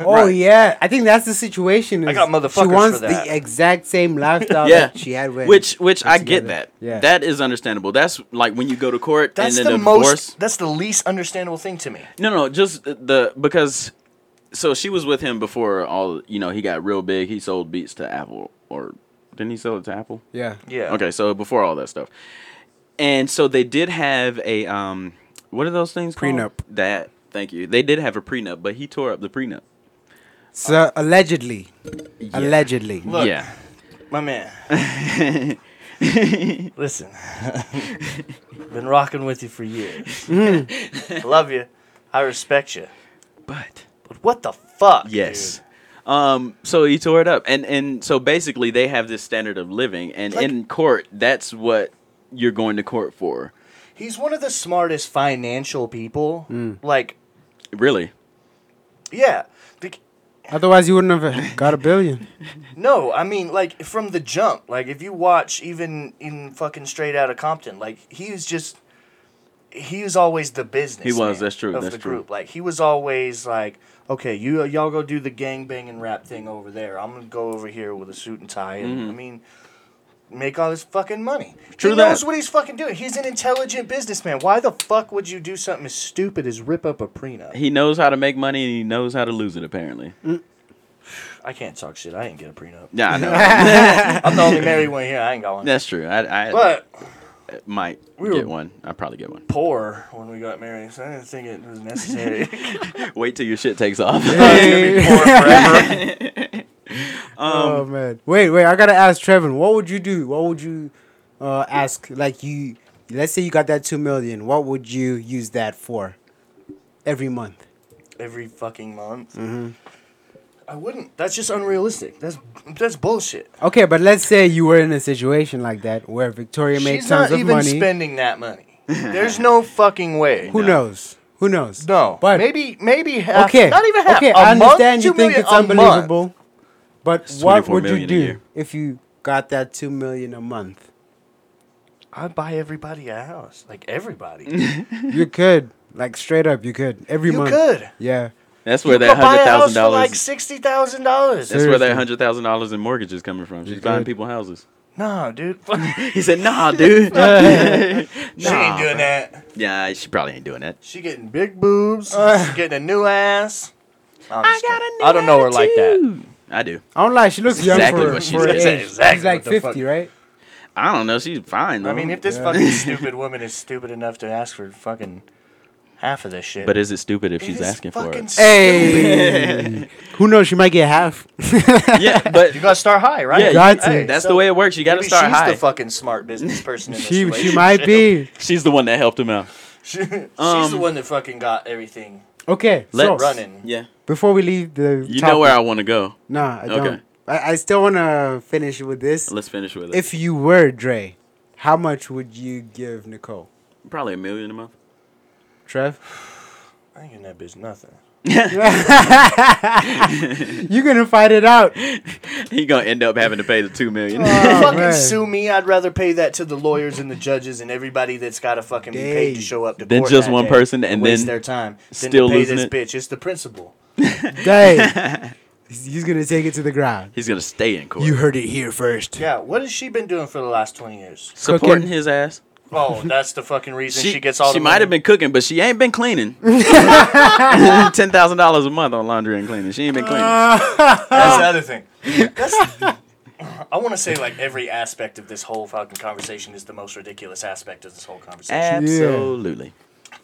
B: Oh, oh yeah. I think that's the situation.
C: I
B: is
C: got
B: She
C: motherfuckers for
B: wants
C: that.
B: the exact same lifestyle
A: Yeah,
B: that she had when.
A: which which I
B: together.
A: get that.
B: Yeah.
A: that is understandable. That's like when you go to court
C: That's
A: and then
C: the
A: a
C: most.
A: divorce.
C: That's the least understandable thing to me.
A: No, no, just the because. So she was with him before all you know. He got real big. He sold Beats to Apple, or didn't he sell it to Apple?
B: yeah.
C: Yeah.
A: Okay, so before all that stuff, and so they did have a um, what are those things? called?
B: Prenup.
A: That. Thank you. They did have a prenup, but he tore up the prenup.
B: So allegedly, allegedly.
C: Look.
A: Yeah.
C: My man. Listen. Been rocking with you for years.
A: Mm.
C: Love you. I respect you.
A: But
C: But what the fuck?
A: yes. Um, so he tore it up, and and so basically they have this standard of living, and
C: Like-
A: in court, that's what you're going to court for,
C: He's one of the smartest financial people.
A: Mm.
C: Like,
A: really.
C: yeah. The,
B: Otherwise, you wouldn't have got a billion.
C: no, I mean, like, from the jump. Like, if you watch even in fucking Straight Outta Compton, like, he's just. He was always the business.
A: He was, that's true,
C: Of
A: that's
C: the
A: true.
C: group, like he was always like, okay, you y'all go do the gang banging rap thing over there. I'm gonna go over here with a suit and tie, and I mean, make all this fucking money.
A: Mm-hmm. True
C: he
A: that.
C: knows what he's fucking doing. He's an intelligent businessman. Why the fuck would you do something as stupid as rip up a prenup?
A: He knows how to make money, and he knows how to lose it. Apparently,
C: Mm. I can't talk shit. I ain't get a prenup.
A: yeah, I know.
C: I'm the only married one here. I ain't got one.
A: that's true. I, I
C: But
A: might
C: were-
A: get one. I probably get one.
C: poor when we got married, so I didn't think it was necessary.
A: Wait till your shit takes off.
B: Hey.
C: forever.
B: oh
C: Um,
B: man! Wait, wait! I gotta ask Trevin. What would you do? What would you uh, ask? Like you, let's say you got that two million. What would you use that for? Every month.
C: Every fucking month.
B: Mm-hmm.
C: I wouldn't. That's just unrealistic. That's that's bullshit.
B: Okay, but let's say you were in a situation like that where Victoria made
C: She's
B: tons
C: not
B: of
C: even
B: money.
C: spending that money. There's no fucking way.
B: Who knows? Who knows?
C: No,
B: but
C: maybe maybe half.
B: okay,
C: not even half.
B: Okay,
C: a
B: I understand
C: month,
B: you think
C: two million
B: it's
C: a month.
B: unbelievable, but what
A: 24
B: would you
A: million a
B: do
A: year.
B: if you got that two million a month?
C: I'd buy everybody a house, like everybody. you
B: you could, like straight up, you could every month.
C: could.
B: Yeah.
A: That's where
C: You
A: that
C: could buy
A: hundred
C: a house
A: thousand
C: for like
A: dollars.
C: sixty thousand dollars.
A: That's where that
B: Seriously.
A: hundred thousand dollars in mortgage is coming from. She's
B: You
A: buying
B: good?
A: people houses.
C: No, dude.
A: He said, "Nah, dude.
C: she ain't doing that.
A: yeah, she probably ain't doing that."
C: She getting big boobs. She's getting a new ass. I'm just kidding. I don't know her like that.
A: I do.
B: I don't lie. She looks
A: Exactly
B: young for,
A: what she's
B: for her
A: gonna say.
B: age.
C: Exactly
B: she's like
C: what the fuck.
B: fifty, right?
A: I don't know. She's fine. Though.
C: I mean, if this fucking stupid woman is stupid enough to ask for fucking half of this shit,
A: but is it stupid if
C: it
A: she's
C: is
A: asking for
C: fucking
A: it?
C: stupid.
B: Hey, who knows? She might get half.
A: yeah, but
C: You gotta start high, right?
A: yeah, you-
B: got to.
A: that's the way it works. You got to
C: Maybe
A: start
C: she's
A: high.
C: the fucking smart business person in this
B: she she
C: relationship.
B: might be.
A: she's the one that helped him out.
C: She- she's the
A: Um,
C: one that fucking got everything
B: Okay, so
A: Let's-
C: running.
A: Yeah,
B: before we leave the,
A: you know where I want to go.
B: No, I
A: Okay.
B: don't. I, I still want to finish with this.
A: Let's finish with it.
B: If you were Dre, how much would you give Nicole?
A: probably a million a month.
B: Trev,
C: I ain't getting that bitch nothing.
B: you're gonna fight it out.
A: He gonna end up having to pay the two million.
C: fucking
B: Oh, man.
C: sue me. I'd rather pay that to the lawyers and the judges and everybody that's got to fucking be paid
B: Dang.
C: to show up to
A: Then
C: court
A: just
C: that
A: one
C: day
A: person and
C: waste
A: then
C: their time. Then
A: still
C: to pay
A: losing
C: this
A: it.
C: bitch. It's the principal.
B: Dang, he's he's gonna take it to the ground.
A: He's gonna stay in court.
B: You heard it here first.
C: Yeah, what has she been doing for the last twenty years?
A: supporting
B: Cooking.
A: his ass.
C: Oh, that's the fucking reason she, gets all.
A: She
C: the
A: might
C: money.
A: have been cooking, but she ain't been cleaning. Ten thousand dollars a month on laundry and cleaning. She ain't been cleaning.
B: Uh,
C: That's the other thing. I want to say like every aspect of this whole fucking conversation is the most ridiculous aspect of this whole
A: Eh.
C: conversation.
A: Absolutely.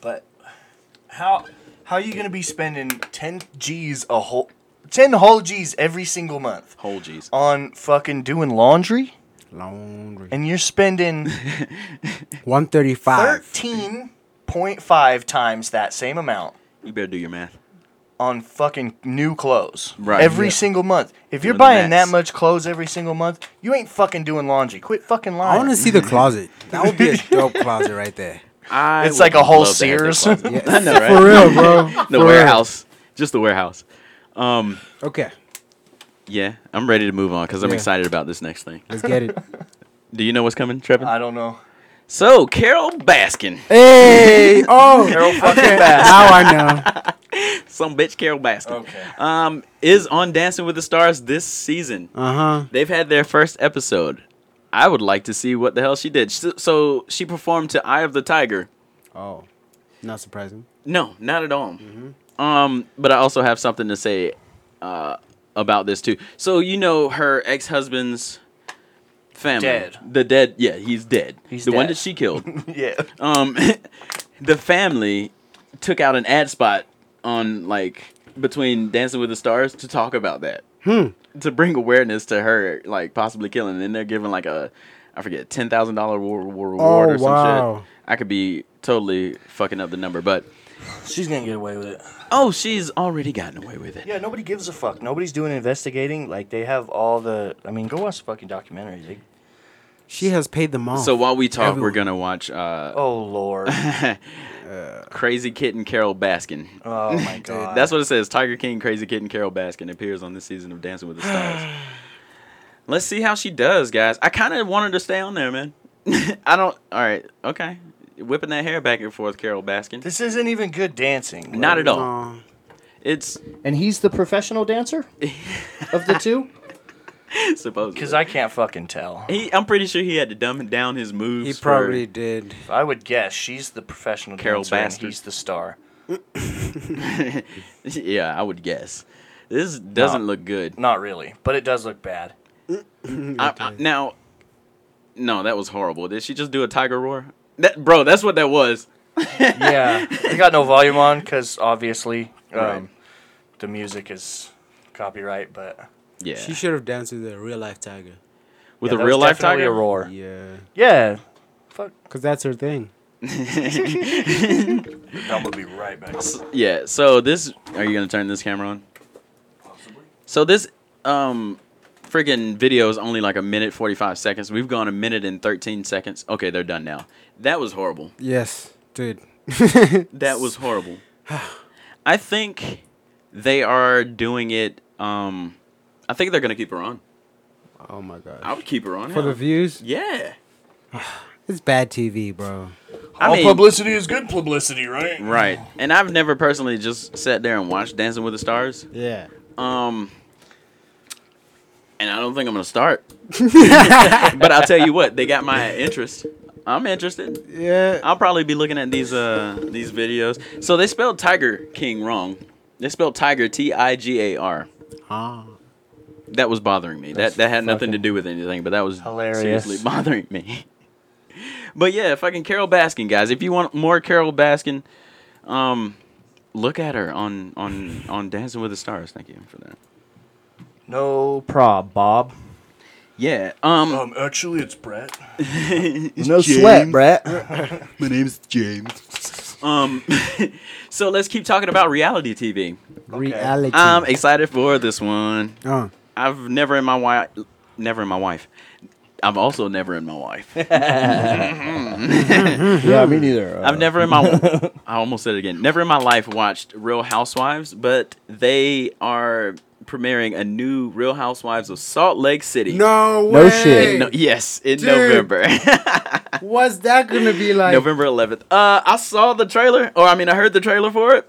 C: But how how are you gonna be spending ten G's a whole ten whole G's every single month
A: Whole G's.
C: on fucking doing laundry,
B: Laundry.
C: and you're spending
B: One thirty-five.
C: thirteen point five times that same amount
A: You better do your math.
C: on fucking new clothes
A: Right,
C: every
A: yeah.
C: single month. If you're
A: the
C: buying
A: max.
C: that much clothes every single month, you ain't fucking doing laundry. Quit fucking
B: I
C: lying.
B: want to see the closet. That would be a dope closet right there.
A: I
C: It's like
A: would
C: a whole
A: love to have that
C: Sears.
A: closet. I know, right?
B: For real, bro.
A: The
B: For
A: warehouse. Just the warehouse.
B: Real. Okay,
A: Yeah, I'm ready to move on because I'm
B: Yeah.
A: excited about this next thing.
B: let's get it.
A: Do you know what's coming, Trevin?
C: I don't know.
A: so, Carol Baskin.
B: hey, oh, okay. Now I know.
A: Some bitch Carol Baskin.
C: Okay.
A: Um, is on Dancing with the Stars this season.
B: Uh huh.
A: They've had their first episode. I would like to see what the hell she did. So, so she performed to Eye of the Tiger.
B: Oh, not surprising.
A: No, not at all.
C: Mm-hmm.
A: Um, but I also have something to say uh, about this too. So you know her ex husband's family,
C: Dead.
A: the dead. Yeah, he's dead.
C: He's
A: the one that
C: dead.
A: she killed.
C: Yeah.
A: um, the family took out an ad spot on like between Dancing with the Stars to talk about that.
B: Hmm.
A: To bring awareness to her, like possibly killing, and then they're giving like a, I forget, ten thousand dollar reward
B: Oh,
A: or some
B: wow.
A: shit. I could be totally fucking up the number, but
C: She's gonna get away with it.
A: Oh, she's already gotten away with it.
C: Yeah, nobody gives a fuck. Nobody's doing investigating. Like they have all the. I mean, go watch the fucking documentary. They,
B: She has paid them off.
A: So while we talk, we're
B: Everyone.
A: gonna watch uh,
C: oh lord.
A: Crazy Kitten Carol Baskin.
C: Oh my god.
A: That's what it says. Tiger King, Crazy Kitten Carol Baskin appears on this season of Dancing with the Stars. Let's see how she does, guys. I kind of wanted to stay on there, man. I don't. All right. Okay. Whipping that hair back and forth, Carol Baskin.
C: This isn't even good dancing.
A: Not at all.
B: Aw.
A: It's
D: And he's the professional dancer of the two.
A: supposed
C: Because I can't fucking tell.
A: He, I'm pretty sure he had to dumb down his moves.
B: he
A: for-
B: probably did.
C: I would guess she's the professional
A: Carol
C: dancer and
A: Bastard.
C: he's the star.
A: yeah, I would guess. This doesn't
C: No.
A: look good.
C: Not really, but it does look bad.
A: I, I, now, no, that was horrible. Did she just do a tiger roar? That bro, that's what that was.
C: Yeah, I got no volume on because obviously um,
A: Right.
C: the music is copyright, but
A: Yeah,
B: She should have danced with a real life tiger.
A: with
C: Yeah,
A: a
C: that was
A: real life
C: definitely
A: tiger
C: a roar.
B: Yeah,
C: Yeah, fuck.
B: because that's her thing.
C: I'm gonna be right back.
A: Yeah. So this, are you gonna turn this camera on? So this, um, freaking video is only like a minute forty five seconds. We've gone a minute and thirteen seconds. Okay, they're done now. That was horrible.
B: Yes, dude.
A: That was horrible. I think they are doing it. Um, I think they're gonna keep her on.
B: oh my god.
A: I would keep her on.
B: For the
A: hell.
B: views,
A: yeah.
B: it's bad TV, bro.
A: I mean,
C: publicity is good publicity, right?
A: Right. And I've never personally just sat there and watched Dancing with the Stars.
B: Yeah.
A: Um and I don't think I'm going to start. but I'll tell you what, they got my interest. I'm interested.
B: Yeah.
A: I'll probably be looking at these uh these videos. So they spelled Tiger King wrong. They spelled Tiger T I G A R.
B: Ah.
A: That was bothering me. that that had nothing to do with anything, but that was
C: hilarious.
A: seriously bothering me. but yeah, fucking Carol Baskin, guys. If you want more Carol Baskin, um, look at her on on on Dancing with the Stars. Thank you for that.
C: No prob, Bob.
A: Yeah. Um.
C: Um, actually, it's Brett.
D: No sweat, Brett.
F: My name's James.
A: Um. so let's keep talking about reality TV.
B: Reality. Uh.
A: I'm excited for this one.
B: oh.
A: I've never in my wife, never in my wife. I've also never in my wife.
D: yeah, me neither.
A: I've never in my I almost said it again. Never in my life watched Real Housewives, but they are premiering a new Real Housewives of Salt Lake City.
B: No way.
D: No shit.
A: No- yes, in
B: Dude.
A: November.
B: What's that gonna be like?
A: November 11th. Uh, I saw the trailer, or I mean, I heard the trailer for it.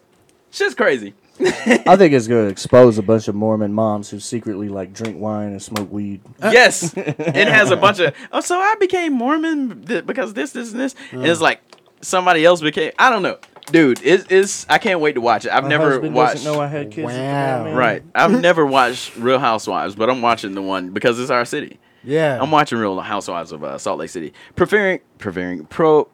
A: Shit's crazy.
D: I think it's gonna expose a bunch of Mormon moms who secretly like drink wine and smoke weed.
C: Uh,
A: Yes, it has a bunch of. Oh, so I became Mormon th- because this, this, and this. And
C: Mm.
A: it's like somebody else became. I don't know, dude. It's, it's I can't wait to watch it. I've
C: My
A: never
C: husband
A: watched.
C: doesn't know I had kids. with the
B: Wow.
C: man.
A: Right. I've never watched Real Housewives, but I'm watching the one because it's our city.
B: yeah.
A: I'm watching Real Housewives of uh, Salt Lake City. Preferring, preferring, pro,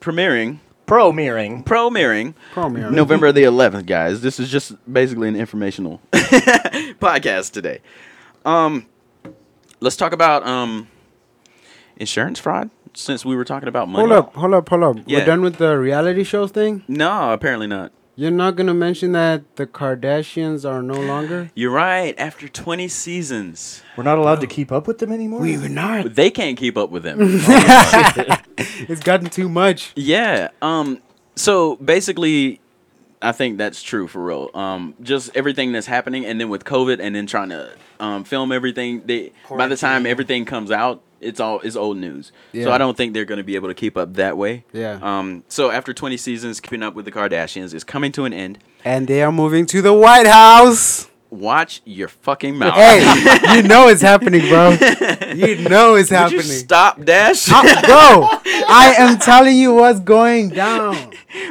A: premiering,
C: Pro mirroring.
A: pro mirroring,
B: Premiering.
A: November the 11th, guys. This is just basically an informational podcast today. Um, let's talk about um, insurance fraud since we were talking about money.
B: hold up. Hold up. Hold up.
A: Yeah.
B: We're done with the reality shows thing.
A: No, apparently not.
B: You're not gonna mention that the Kardashians are no longer.
A: You're right. After 20 seasons,
C: We're not allowed to keep up with them anymore.
B: were not.
A: they can't keep up with them.
B: It's gotten too much.
A: Yeah. Um. So basically, I think that's true for real. Um. Just everything that's happening, and then with COVID, and then trying to um film everything. They by the time
C: Quarantine.
A: everything comes out, it's all it's old news.
B: Yeah.
A: So I don't think they're going to be able to keep up that way.
B: Yeah.
A: Um. So after 20 seasons, keeping up with the Kardashians is coming to an end.
B: And they are moving to the White House.
A: Watch your fucking mouth.
B: Hey, you know it's happening, bro. You know it's
A: Would you
B: happening.
A: stop, Dash?
B: I- bro, I am telling you what's going down.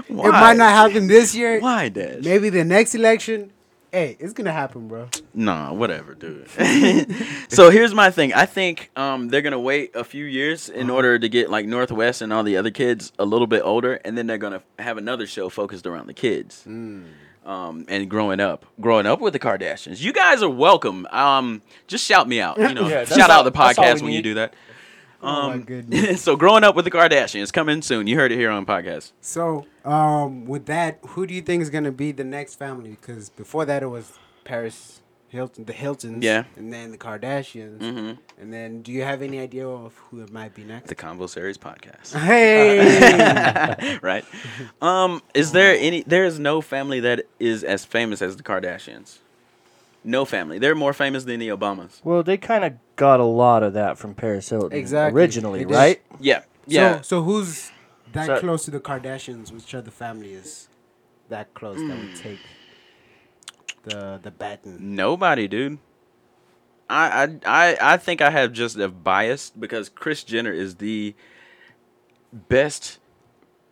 A: Why?
B: It might not happen this year.
A: Why, Dash?
B: Maybe the next election. Hey, it's gonna happen, bro.
A: Nah, whatever, dude. so here's my thing. I think um, they're gonna wait a few years in
C: Uh-huh.
A: order to get like Northwest and all the other kids a little bit older, and then they're gonna have another show focused around the kids
C: Hmm.
A: um, and growing up, growing up with the Kardashians. You guys are welcome. Um, just shout me out. You know,
C: Yeah, that's
A: shout out
C: all-
A: the
C: that's all
A: podcast
C: we
A: when you do
C: need.
A: that. Um, oh my goodness. so growing up with the Kardashians coming soon. You heard it here on podcast.
B: So um, with that, who do you think is gonna be the next family? Because before that, it was Paris Hilton, the Hiltons,
A: Yeah.
B: and then the Kardashians,
A: Mm-hmm.
B: and then do you have any idea of who it might be next?
A: The Combo Series podcast.
B: Hey,
A: right? Um, is there any? There is no family that is as famous as the Kardashians. No family. They're more famous than the Obamas.
C: Well, they kind of got a lot of that from Paris Hilton
B: Exactly.
C: originally,
B: They did.
C: right?
A: Yeah. Yeah.
B: So, so who's that
C: So-
B: close to the Kardashians? Which other family is that close that would
A: Hmm.
B: take the the baton?
A: Nobody, dude. I, I I I think I have just a bias because Chris Jenner is the best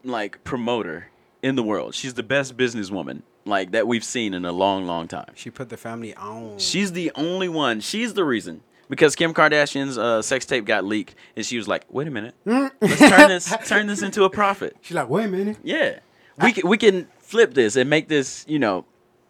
A: like promoter in the world. She's the best businesswoman like that we've seen in a long, long time.
B: She put the family on.
A: She's the only one. She's the reason because Kim Kardashian's uh, sex tape got leaked, and she was like, "Wait a minute, let's turn this turn this into a profit."
B: She's like, wait a minute,
A: Yeah, we can, we can flip this and make this you know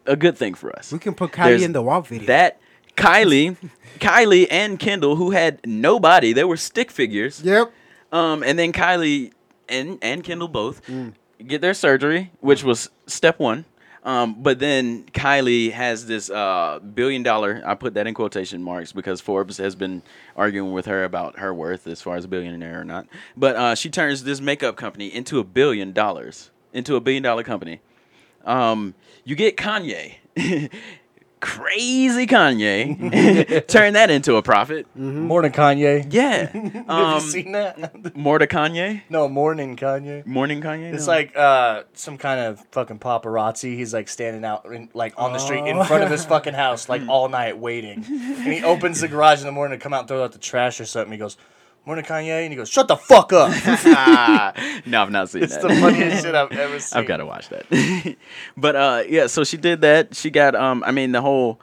A: a good thing for us.
B: we can put Kylie
A: There's
B: in the WAP video.
A: That Kylie, Kylie and Kendall, who had nobody, they were stick figures.
B: yep.
A: Um, and then Kylie and and Kendall both
C: Mm.
A: get their surgery, which was step one. Um, but then Kylie has this uh, billion dollar. I put that in quotation marks because Forbes has been arguing with her about her worth as far as a billionaire or not. But uh, she turns this makeup company into a billion dollars, into a billion dollar company. Um, you get Kanye, crazy Kanye, turn that into a profit.
C: Morning Kanye.
A: Yeah, um,
C: Mm. Have you seen that?
A: more to Kanye.
C: no, morning Kanye.
A: Morning Kanye.
C: It's
A: No.
C: like uh, some kind of fucking paparazzi. He's like standing out, in, like on the street in front
A: Oh.
C: of his fucking house, like all night waiting. And he opens the garage in the morning to come out and throw out the trash or something. He goes, "Morning, Kanye," and he goes, "Shut the fuck up."
A: no, I've not seen
C: Ah, it's
A: that.
C: the funniest shit I've ever seen.
A: I've got to watch that. but uh, yeah, so she did that. She got um, I mean the whole,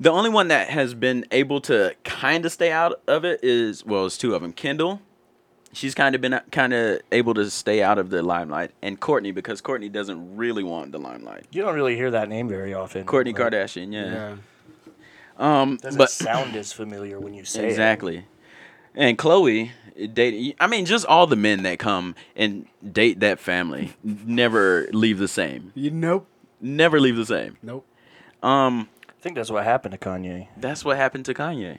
A: the only one that has been able to kind of stay out of it is well, it's two of them. Kendall, she's kind of been kind of able to stay out of the limelight, and Courtney because Courtney doesn't really want the limelight.
C: You don't really hear that name very often.
A: Courtney
C: Like,
A: Kardashian, yeah.
B: Yeah.
A: Um,
C: Doesn't
A: but
C: sound as familiar when you say it.
A: exactly. And Chloe dating I mean just all the men that come and date that family never leave the same.
B: You nope.
A: Never leave the same.
B: Nope.
A: Um
C: I think that's what happened to Kanye.
A: that's what happened to Kanye.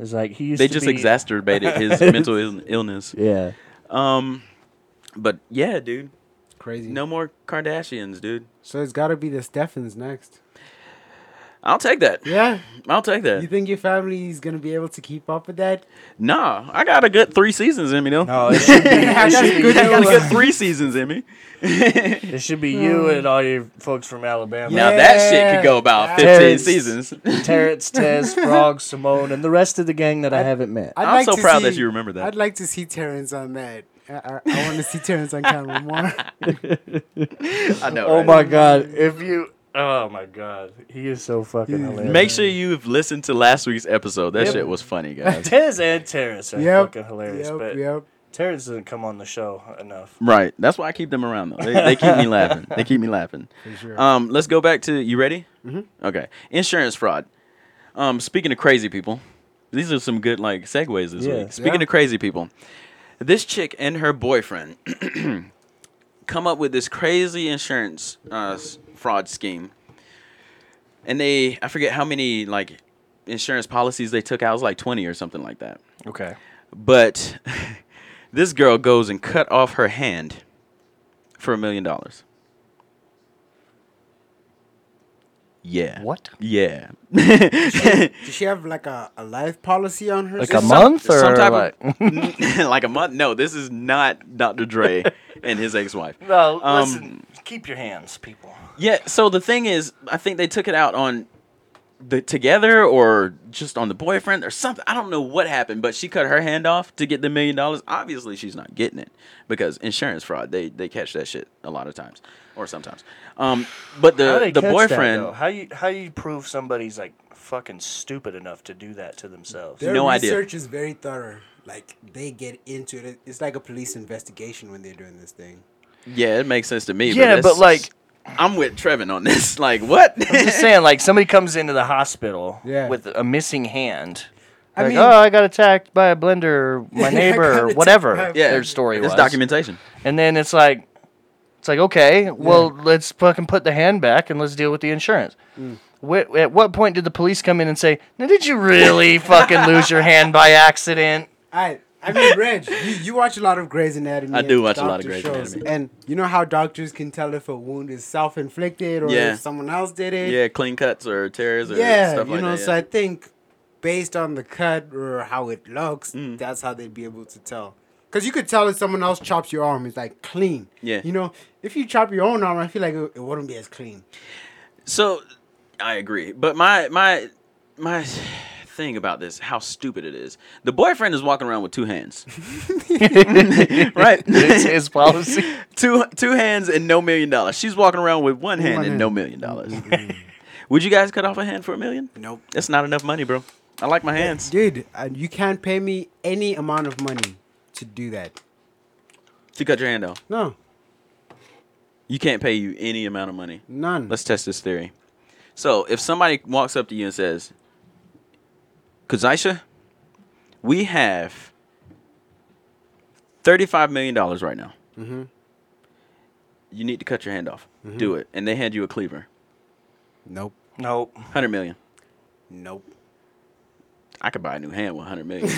C: It's like he used
A: They
C: to
A: just
C: be-
A: exacerbated his mental Ill- illness.
C: Yeah.
A: Um but yeah, dude.
B: Crazy.
A: No more Kardashians, dude.
B: So it's got to be the Steffens next.
A: I'll take that.
B: Yeah.
A: I'll take
B: You
A: that.
B: think your family is gonna be able to keep up with that?
A: Nah, I got a good three seasons in me though.
C: No, it should be, it
B: That's
C: should be,
B: good.
A: I got a good three seasons in me.
C: it should be you and all your folks from Alabama.
A: Now that shit
B: Yeah.
A: could go about fifteen
C: Terrence.
A: seasons.
C: Terrence, Tez, Frog, Simone, and the rest of the gang that I haven't met.
B: I'd
A: I'm so proud that you remember that.
B: I'd like to see Terrence on that. I, I, I want to see Terrence on camera more.
A: I know.
C: Oh
A: right?
C: my god! If you, oh my god, he is so fucking hilarious.
A: Make sure you've listened to last week's episode. That
C: Yep.
A: shit was funny, guys.
C: Tez and Terrence are
B: Yep.
C: fucking hilarious,
B: yep.
C: but
B: Yep.
C: Terrence doesn't come on the show enough.
A: right. That's why I keep them around though. They, they keep me laughing. They keep me laughing.
B: sure.
A: Um, let's go back to you ready? Mm-hmm. Okay. Insurance fraud. Um, speaking of crazy people, these are some good like segues this
C: Yeah.
A: week. Speaking
B: Yeah.
A: of crazy people, this chick and her boyfriend come up with this crazy insurance uh, s- fraud scheme, and they I forget how many like insurance policies they took out. It was like twenty or something like that.
C: Okay.
A: But this girl goes and cut off her hand for a million dollars. Yeah.
C: What?
A: Yeah.
B: Does she have like a, a life policy on her?
C: Like a
B: system?
C: month or
A: Some type
C: like?
A: of like a month. No, this is not Dr. Dre and his ex-wife.
C: no,
A: Um,
C: listen. Keep your hands, people.
A: Yeah. So the thing is, I think they took it out on the together or just on the boyfriend or something. I don't know what happened, but she cut her hand off to get the million dollars. Obviously, she's not getting it because insurance fraud. They they catch that shit a lot of times or sometimes. Um, but
C: How
A: the
C: they
A: the
C: catch that,
A: boyfriend.
C: though? how you how you prove somebody's like fucking stupid enough to do that to themselves?
B: Their
A: No idea.
B: research is very thorough. Like they get into it. It's like a police investigation when they're doing this thing.
A: yeah, it makes sense to me.
C: Yeah, but,
A: that's-
C: like-
A: I'm with Trevin on this. Like, what?
C: I'm just saying, like somebody comes into the hospital
B: Yeah.
C: with a missing hand. I like, mean, oh, I got attacked by a blender, my neighbor, or whatever
A: yeah,
C: their story
A: it's
C: was.
A: documentation.
C: And then it's like, it's like, okay, well, let's fucking put the hand back and let's deal with the insurance.
B: Mm.
C: Wh- at what point did the police come in and say, now, did you really fucking lose your hand by accident?
B: I I mean, Reg, you, you watch a lot of Grey's Anatomy.
A: I
B: and
A: do watch a lot of
B: doctor
A: Grey's
B: shows,
A: Anatomy.
B: and you know how doctors can tell if a wound is self-inflicted or
A: Yeah.
B: if someone else did it.
A: Yeah, clean cuts or tears or
B: yeah,
A: stuff
B: you
A: like
B: know.
A: that.
B: So
A: yeah.
B: I think based on the cut or how it looks,
C: Mm.
B: that's how they'd be able to tell. Cause you could tell if someone else chops your arm, it's like clean.
A: Yeah.
B: You know, if you chop your own arm, I feel like it, it wouldn't be as clean.
A: So I agree, but my my my thing about this how stupid it is. The boyfriend is walking around with two hands. right?
C: It's his policy.
A: two two hands and no million dollars. She's walking around with one hand Mm-hmm. and no million dollars. Would you guys cut off a hand for a million?
B: Nope.
A: That's not enough money, bro. I like my hands.
B: Dude, uh, you can't pay me any amount of money to do that.
A: To cut your hand off.
B: No,
A: You can't pay you any amount of money.
B: none.
A: Let's test this theory. So, if somebody walks up to you and says, Kazaisha, we have $35 million right now. You need to cut your hand off. Do it. And they hand you a cleaver.
B: nope.
C: Nope.
A: 100 million.
B: Nope.
A: I could buy a new hand with 100 million.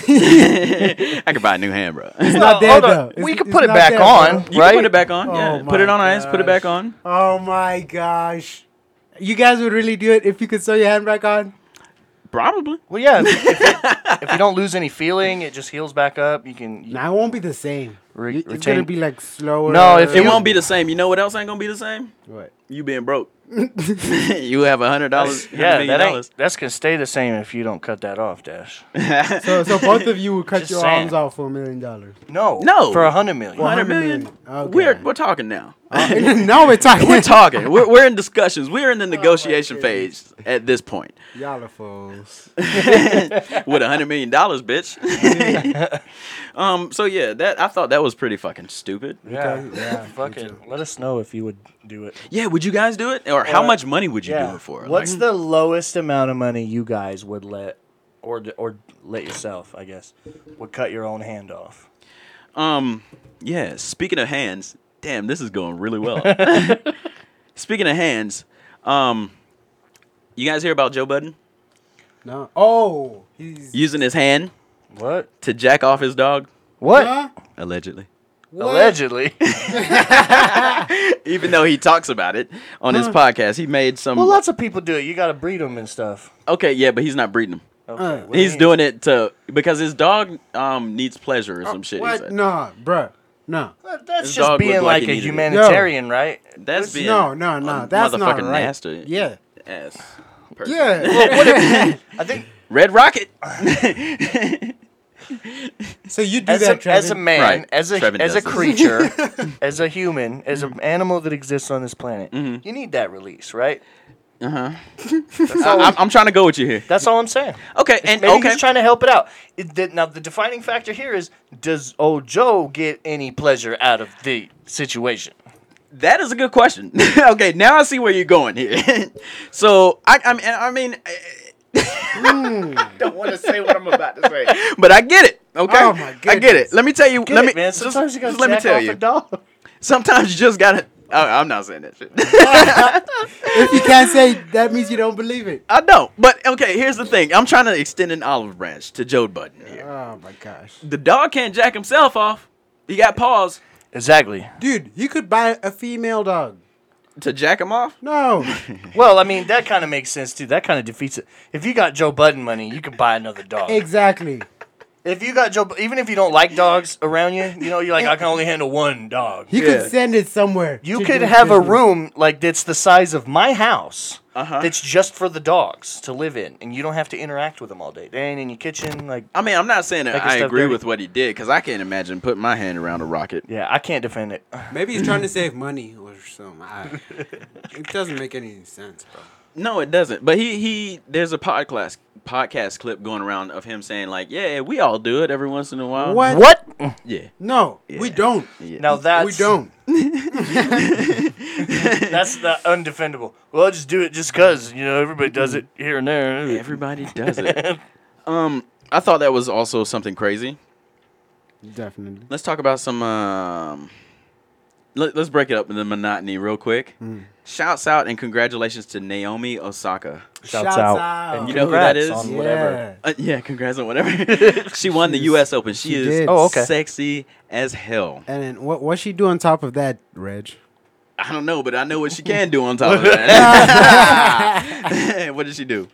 A: I could buy a new hand, bro.
B: It's not there
C: hold on.
B: though.
C: We
B: It's-
C: could
B: it's
C: put it
B: not
C: back
B: there,
C: on,
B: though.
A: You
C: right?
A: can put it back on.
B: Oh
A: yeah.
B: my
A: Put it on ice. Put it back
B: gosh.
A: on.
B: Oh my gosh. You guys would really do it if you could sew your hand back on?
A: Probably.
C: Well, yeah. If, if it- if you don't lose any feeling, it just heals back up. You can. you-
B: Nah, it won't be the same.
C: Re-
B: It- it's
C: retain-
B: gonna be like slower.
C: No, if
A: It
C: You-
A: won't be the same. You know what else ain't going to be the same?
B: What?
A: You being broke. you have a hundred dollars.
C: yeah,
A: million
C: that
A: dollars.
C: ain't, that's gonna stay the same if you don't cut that off, Dash.
B: So, so both of you would cut
C: Just
B: your
C: saying.
B: arms off for a million dollars.
C: No,
A: No.
C: for a hundred million.
B: Well,
A: Hundred
B: 100
A: million.
B: million. Okay.
A: We're we're talking now.
B: now we're talking.
A: we're talking. We're we're in discussions. We're
C: Oh,
A: in the negotiation phase at this point.
B: Y'all are fools.
A: With a hundred million dollars, bitch. um. So yeah, that I thought that was pretty fucking stupid.
C: Yeah,
B: yeah,
C: Fuck
B: me
C: it. Let us know if you would do it.
A: Yeah. Would you guys do it, or how
C: Uh,
A: much money would you do it for?
C: What's
A: Like,
C: the lowest amount of money you guys would let, or or let yourself, I guess, would cut your own hand off?
A: um. Yeah. Speaking of hands, damn, this is going really well. speaking of hands, um, you guys hear about Joe Budden
B: No. Oh, he's.
A: using his hand
C: What?
A: to jack off his dog?
C: What?
B: Huh?
A: Allegedly.
B: What?
C: Allegedly.
A: Even though he talks about it on his podcast, he made some.
C: well, lots of people do it. You gotta breed them and stuff.
A: okay, yeah, but he's not breeding them.
C: Okay.
B: Uh,
C: what do you
A: He's
C: mean?
A: doing it to because his dog um needs pleasure or some shit. he
B: Uh, What?
A: said.
B: Nah, bruh. Nah.
C: That-
A: His
C: That's
A: dog
C: just being
A: looked like
C: like,
A: he
C: a
A: needed it.
C: humanitarian, right?
A: That's being
B: No, no, no.
A: a
B: That's not
A: motherfucking
B: right.
A: nasty.
B: Yeah.
A: Ass. person.
B: Yeah.
C: I think
A: Red Rocket.
B: so you do
C: as
B: that,
C: a,
B: Trevin.
C: as a man,
A: Right.
C: as a
A: Trevin
C: as a
A: does this.
C: creature, as a human, as an animal that exists on this planet,
A: Mm-hmm.
C: you need that release, right?
A: Uh-huh. I, am I'm trying to go with you here.
C: That's all I'm saying.
A: Okay, Oh, and
C: Maybe
A: okay.
C: he's trying to help it out. It, the, now the defining factor here is: Does old Joe get any pleasure out of the situation?
A: That is a good question. okay, now I see where you're going here. so I, I mean, I mean,
F: don't want to say what I'm about to say.
A: but I get it. Okay,
B: Oh my
A: I get it.
B: goodness.
A: Let me tell you.
C: Get
A: let
C: it,
A: me
C: man.
A: just-
C: Sometimes you gotta
A: just let me
C: jack
A: tell
C: off
A: you.
C: a dog.
A: Sometimes you just gotta. Oh, I'm not saying that shit.
B: if you can't say, that means you don't believe it.
A: I know, but okay. Here's the thing. I'm trying to extend an olive branch to Joe Budden here.
B: Oh my gosh.
A: The dog can't jack himself off. He got paws
C: Exactly.
B: Dude, you could buy a female dog.
A: to jack him off.
B: No.
C: Well, I mean, that kind of makes sense too. That kind of defeats it. If you got Joe Budden money, you could buy another dog.
B: exactly.
C: If you got Joe, Bu- even if you don't like dogs around you, you know, you're like, I can only handle one dog.
B: He
A: Yeah.
B: could send it somewhere.
C: You
B: to
C: could
B: do
C: have a
B: business.
C: room like that's the size of my house
A: Uh-huh.
C: that's just for the dogs to live in, and you don't have to interact with them all day. They ain't in your kitchen. Like,
A: I mean, I'm not saying that
C: Make his
A: I
C: stuff
A: agree
C: dirty.
A: with what he did because I can't imagine putting my hand around a rocket.
C: yeah, I can't defend it.
B: Maybe he's trying to save money or something. I- it doesn't make any sense, bro.
A: No, it doesn't. But he he there's a podcast podcast clip going around of him saying like, yeah, we all do it every once in a while.
B: What?
C: What?
A: Yeah.
B: No, we
A: Yeah.
B: don't.
A: yeah.
C: Now that's
B: We don't.
C: That's the undefendable. Well, I'll just do it just cause you know everybody does it here and there.
A: Everybody does it. um, I thought that was also something crazy.
B: Definitely.
A: Let's talk about some. Um, let, us break it up in the monotony real quick. Shouts out and congratulations to Naomi Osaka.
C: Shouts,
B: Shouts
C: out.
B: out.
C: And
A: You know who that
C: congrats
A: is?
C: On
B: Yeah.
C: whatever.
A: Uh, yeah, congrats on whatever. she won the
B: She's-
A: U.S. Open. She,
B: she
A: is
B: did.
C: Oh, okay.
A: sexy as hell.
B: And then what what she do on top of that, Reg?
A: I don't know, but I know what she can do on top of that. what did she do?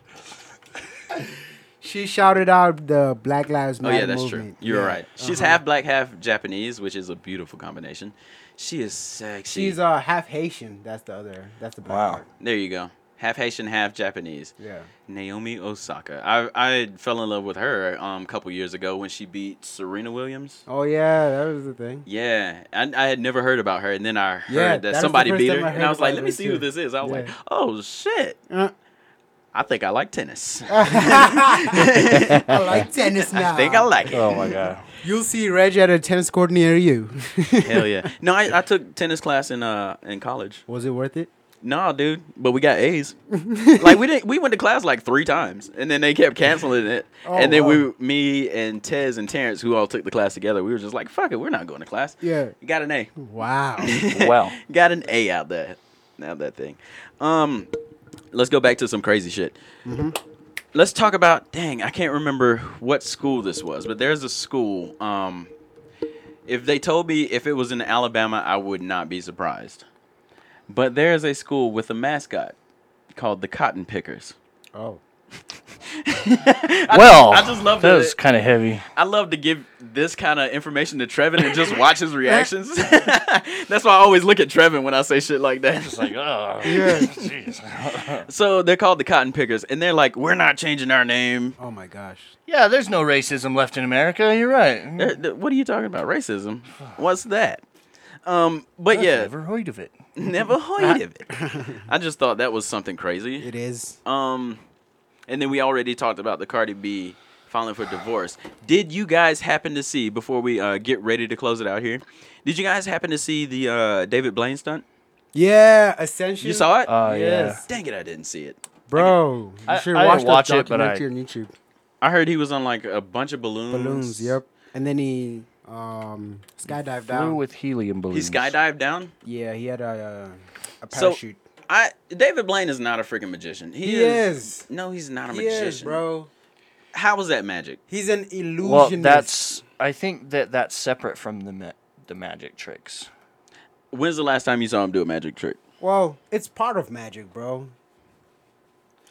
B: She shouted out the Black Lives
A: Oh
B: Matter.
A: yeah, Uh-huh. that's
B: movement.
A: true. You're
B: Yeah. Uh-huh.
A: right. She's half black, half Japanese, which is a beautiful combination. She is sexy.
B: She's uh, half Haitian. That's the other. That's the black
C: Wow.
B: part.
A: there you go. Half Haitian, half Japanese.
B: Yeah.
A: Naomi Osaka. I I fell in love with her um a couple years ago when she beat Serena Williams.
B: Oh yeah, that was the thing.
A: Yeah, I, I had never heard about her, and then I heard
B: Yeah,
A: that,
B: that was the
A: somebody
B: first
A: beat
B: time
A: her,
B: I
A: and
B: heard
A: I was like,
B: about
A: "Let me
B: her,
A: see
B: too."
A: who this is." I was like,
B: Yeah.
A: "Oh shit,
B: Uh,
A: I think I like tennis.
B: I like tennis now.
A: I think I like it."
C: Oh my god.
B: You'll see Reg at a tennis court near you.
A: Hell yeah! No, I, I took tennis class in uh in college.
B: Was it worth it?
A: No, dude, but we got A's. like we didn't. We went to class like three times, and then they kept canceling it.
B: Oh,
A: and then
B: wow.
A: we, me and Tez and Terrence, who all took the class together, we were just like, "Fuck it, we're not going to class."
B: Yeah.
A: got an A.
B: Wow.
C: Wow.
A: Got an A out that out that thing. Um, let's go back to some crazy shit. Let's talk about dang, I can't remember what school this was, but there's a school. Um, if they told me if it was in Alabama, I would not be surprised. But there is a school with a mascot called the Cotton Pickers.
B: oh.
C: well,
A: I just love
C: that.
A: that
C: was
A: it-
C: kind of heavy.
A: I love to give this kind of information to Trevin and just watch his reactions. That's why I always look at Trevin when I say shit like that.
C: It's like, oh,
B: Yeah.
C: jeez.
A: So they're called the Cotton Pickers, and they're like, we're not changing our name.
B: Oh my gosh.
C: yeah, there's no racism left in America. You're right.
A: They're- they're- what are you talking about? Racism? What's that? Um, but yeah,
C: Never heard of it.
A: never heard of it. I just thought that was something crazy.
B: It is.
A: Um, and then we already talked about the Cardi B filing for divorce. Did you guys happen to see before we uh, get ready to close it out here? Did you guys happen to see the uh, David Blaine stunt?
B: Yeah, essentially.
A: You saw it?
B: uh,
C: Oh
B: Yes.
A: Dang it, I didn't see it.
B: Bro, you
C: I-
B: should
C: I didn't
B: watch, that
C: watch it, but I-
B: documentary on YouTube.
A: I heard he was on like a bunch of balloons.
B: Balloons, yep. And then he um skydived
C: yeah. Flew
B: down.
C: with helium
A: He
C: balloons.
A: skydived down.
B: yeah, he had a uh, a
A: So-
B: parachute.
A: I David Blaine is not a freaking magician. He,
B: He
A: is,
B: is.
A: No, he's not a
B: he
A: magician,
B: is, bro.
A: How was that magic?
B: He's an illusionist.
C: Well, that's. I think that that's separate from the ma- the magic tricks.
A: When's the last time you saw him do a magic trick?
B: well, it's part of magic, bro.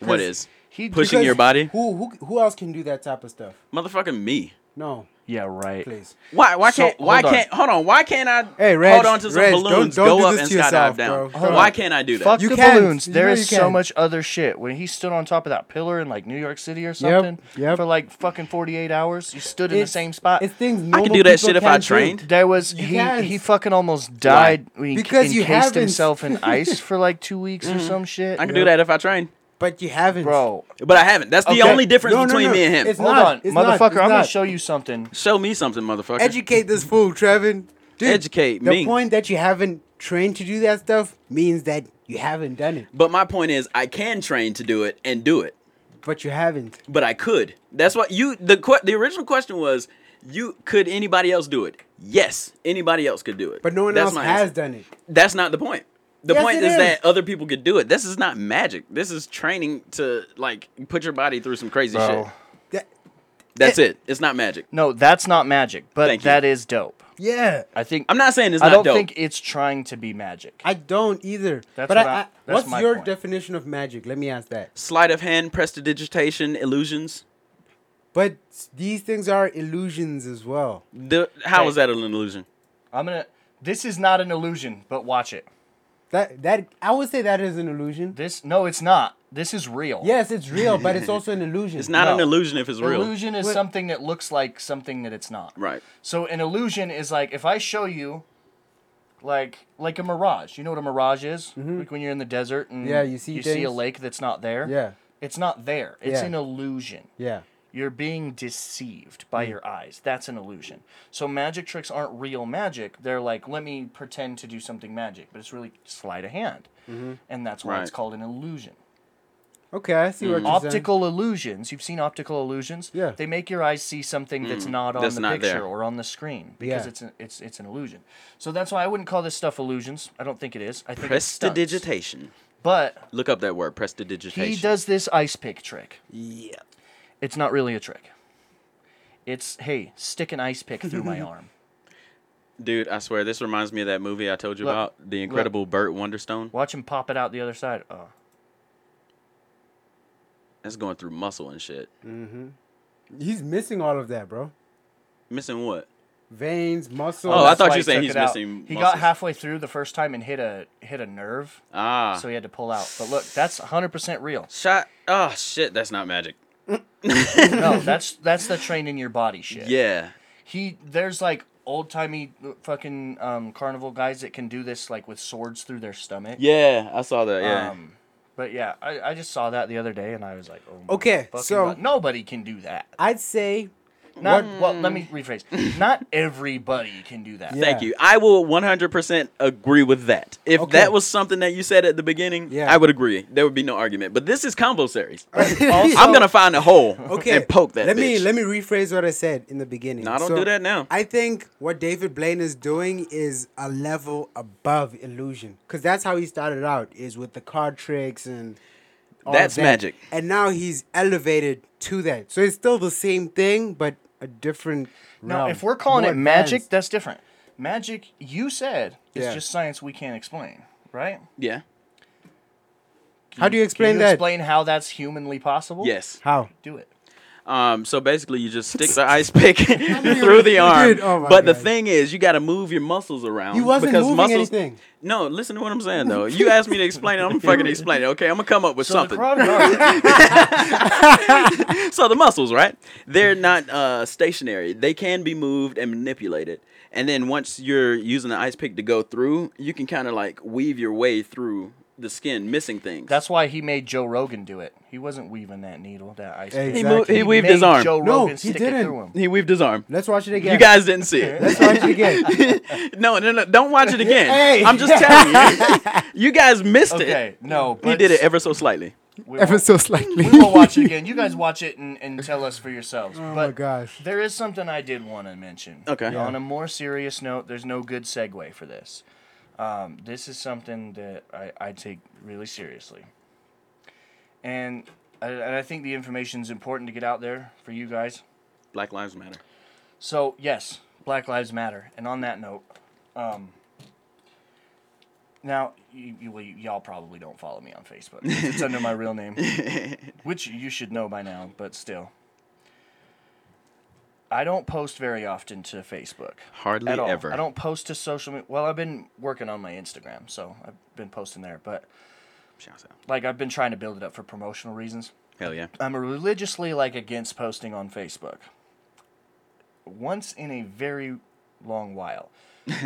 A: What is
C: He
A: pushing
B: Because
A: your body?
B: Who who who else can do that type of stuff?
A: Motherfucking me.
B: No,
C: Yeah, right.
B: please.
A: Why? Why
C: So,
A: can't? Why
C: hold on.
A: can't? Hold on. Why can't I?
B: Hey, Reg,
A: hold on to some
B: Reg, don't-
A: balloons.
B: don't
A: go
B: do
A: up
B: this
A: and
B: to yourself,
A: skydive
B: bro.
A: down.
B: Hold
A: Why
B: on.
A: can't I do that?
C: Fuck
B: You
C: the
B: can.
C: balloons.
B: You
C: There
B: know
C: is
B: you
C: so
B: can.
C: much other shit. When he stood on top of that pillar in like New York City or something
B: yep.
C: for like fucking 48 hours, he stood in the
B: It's-
C: same spot.
B: It's things
A: I
B: normal
A: could do that
B: people
A: shit if I
B: can't do.
A: trained.
C: There was he,
B: can.
C: he fucking almost died when he
B: Because you
C: encased
B: haven't.
C: himself in ice for like two weeks or some shit.
A: Mm-hmm. I can do that if I train,
B: But you haven't,
C: bro.
A: but I haven't. That's the
C: Okay.
A: only difference
B: No, no,
A: between
B: no.
A: me and him.
B: It's
C: Hold
B: not,
C: on,
B: it's
C: motherfucker!
B: not, it's
C: I'm gonna
B: not.
C: show you something.
A: Show me something, motherfucker.
B: Educate this fool, Trevin. Dude,
A: Educate
B: the
A: me.
B: The point that you haven't trained to do that stuff means that you haven't done it,
A: but my point is, I can train to do it and do it.
B: but you haven't.
A: but I could. That's what you the que- the original question was. You could anybody else do it? Yes, anybody else could do it.
B: But no one
A: That's
B: else
A: my
B: has
A: answer.
B: done it.
A: That's not the point. The
B: Yes,
A: point
B: it
A: is,
B: is.
A: that other people could do it. This is not magic. This is training to like put your body through some crazy
C: Bro.
A: shit.
B: That-
A: That's it. It's not magic.
C: No, that's not magic, but
A: Thank you.
C: that is dope.
B: yeah,
C: I think
A: I'm not saying it's
C: I
A: not
C: don't
A: dope.
C: think it's trying to be magic.
B: I don't either.
C: That's
B: but
C: what
B: I,
C: I-
B: I,
C: that's
B: what's
C: my
B: your
C: point.
B: definition of magic? Let me ask that.
A: Sleight of hand, prestidigitation, illusions.
B: But these things are illusions as well.
A: The, how
C: Hey.
A: is that an illusion?
C: I'm gonna. This is not an illusion, but watch it.
B: That that I would say that is an illusion.
C: This no, it's not. This is real.
B: Yes, it's real, but it's also an illusion.
A: It's not
C: No.
A: an illusion if it's real.
C: Illusion is something that looks like something that it's not.
A: Right.
C: So an illusion is like if I show you, like like a mirage. You know what a mirage is? Like when you're in the desert and
B: Yeah, you see
C: a
B: things.
C: lake that's not there.
B: Yeah.
C: It's not there. It's
B: Yeah.
C: an illusion.
B: Yeah.
C: You're being deceived
B: Hmm.
C: by your eyes. That's an illusion. So magic tricks aren't real magic. They're like, let me pretend to do
B: Mm-hmm.
C: something magic, but it's really sleight of hand, and that's why it's
A: Right.
C: called an illusion.
B: Okay, I see what you're saying.
C: Mm. optical illusions. You've seen optical illusions.
B: Yeah.
C: They make your eyes see something that's not on
A: Hmm. that's
C: the
A: not
C: picture
A: there.
C: or on the screen because
B: Yeah.
C: it's an, it's it's an illusion. So that's why I wouldn't call this stuff illusions. I don't think it is. I think it's stunts.
A: Prestidigitation.
C: But
A: Look up that word, prestidigitation.
C: he does this ice pick trick.
B: Yeah.
C: It's not really a trick. It's hey, stick an ice pick through my arm.
A: Dude, I swear this reminds me of that movie I told you
C: Look,
A: about, The Incredible Burt Wonderstone.
C: Watch him pop it out the other side. Oh,
A: That's going through muscle and shit.
B: He's missing all of that, bro.
A: Missing what?
B: Veins, muscle.
A: Oh, I
C: that's
A: thought
C: why
A: you
C: he
A: said
C: took
A: he's
C: it out.
A: missing
C: He got
A: muscles.
C: halfway through the first time and hit a hit a nerve,
A: Ah.
C: so he had to pull out. But look, that's 100% real.
A: shot. Oh shit, that's not magic.
C: No, that's that's the training your body shit.
A: Yeah.
C: He there's like old timey fucking um, carnival guys that can do this like with swords through their stomach.
A: Yeah, I saw that. Yeah.
C: Um, but yeah, I, I just saw that the other day and I was like, oh my
B: Okay,
C: fucking
B: so-
C: God. nobody can do that.
B: I'd say
C: Not well. Let me rephrase. Not everybody can do that.
B: Yeah.
A: Thank you. I will 100% agree with that. If
B: Okay.
A: that was something that you said at the beginning,
B: Yeah.
A: I would agree. There would be no argument. But this is combo series.
C: Also,
A: I'm gonna find a hole
B: okay.
A: and poke that.
B: Let me
A: bitch.
B: let me rephrase what I said in the beginning.
A: No, don't do that now.
B: I think what David Blaine is doing is a level above illusion, because that's how he started out, is with the card tricks and. all
A: That's
B: that.
A: magic.
B: And now he's elevated to that, so it's still the same thing, but a different.
C: Now,
B: realm,
C: if we're calling
B: more
C: it magic,
B: advanced.
C: that's different. Magic, you said, is
B: Yeah.
C: just science we can't explain, right?
A: Yeah.
B: how do you
C: Can
B: explain
C: you
B: that?
C: explain how that's humanly possible?
A: Yes.
B: how?
C: Do it.
A: Um, so basically, you just stick the ice pick through the arm.
B: Dude, oh my
A: but the
B: God.
A: thing is, you got to move your muscles around.
B: You wasn't
A: Um, because
B: moving
A: muscles,
B: anything.
A: No, listen to what I'm saying though. You asked me to explain it. I'm fucking explain it. Okay, I'm gonna come up with
C: So
A: something.
C: the crowd
A: so the muscles, right? They're not uh, stationary. They can be moved and manipulated. And then once you're using the ice pick to go through, you can kind of like weave your way through the skin, missing things.
C: that's why he made Joe Rogan do it. He wasn't weaving that needle, that ice.
B: Hey,
C: pick.
A: he,
B: exactly.
A: moved, he,
B: He
A: weaved
C: made
A: his arm.
C: Joe
B: No,
C: Rogan
B: he
C: stick
B: didn't.
C: it through him.
A: He weaved his arm.
B: Let's watch it again.
A: You guys didn't see it.
B: Let's watch it again.
A: no, no, no. Don't watch it again.
B: Hey.
A: I'm just telling you. You guys missed
C: Okay,
A: it.
C: no, but
A: He did it ever so slightly.
C: we
B: ever
C: won't-
B: so slightly.
C: we will watch it again. You guys watch it and, and tell us for yourselves.
B: Oh
C: but
B: my gosh.
C: There is something I did want to mention.
A: Okay. Yeah.
C: On a more serious note, there's no good segue for this. Um, this is something that I, I take really seriously. And I, and I think the information is important to get out there for you guys.
A: Black Lives Matter.
C: So, yes, Black Lives Matter. And on that note, um, now, you, you, well, y'all probably don't follow me on Facebook. It's under my real name, which you should know by now, but still. I don't post very often to Facebook.
A: Hardly
C: at all.
A: ever.
C: I don't post to social media. Well, I've been working on my Instagram, so I've been posting there, but
A: Shouts out.
C: like I've been trying to build it up for promotional reasons.
A: Hell yeah.
C: I'm religiously like against posting on Facebook. Once in a very long while.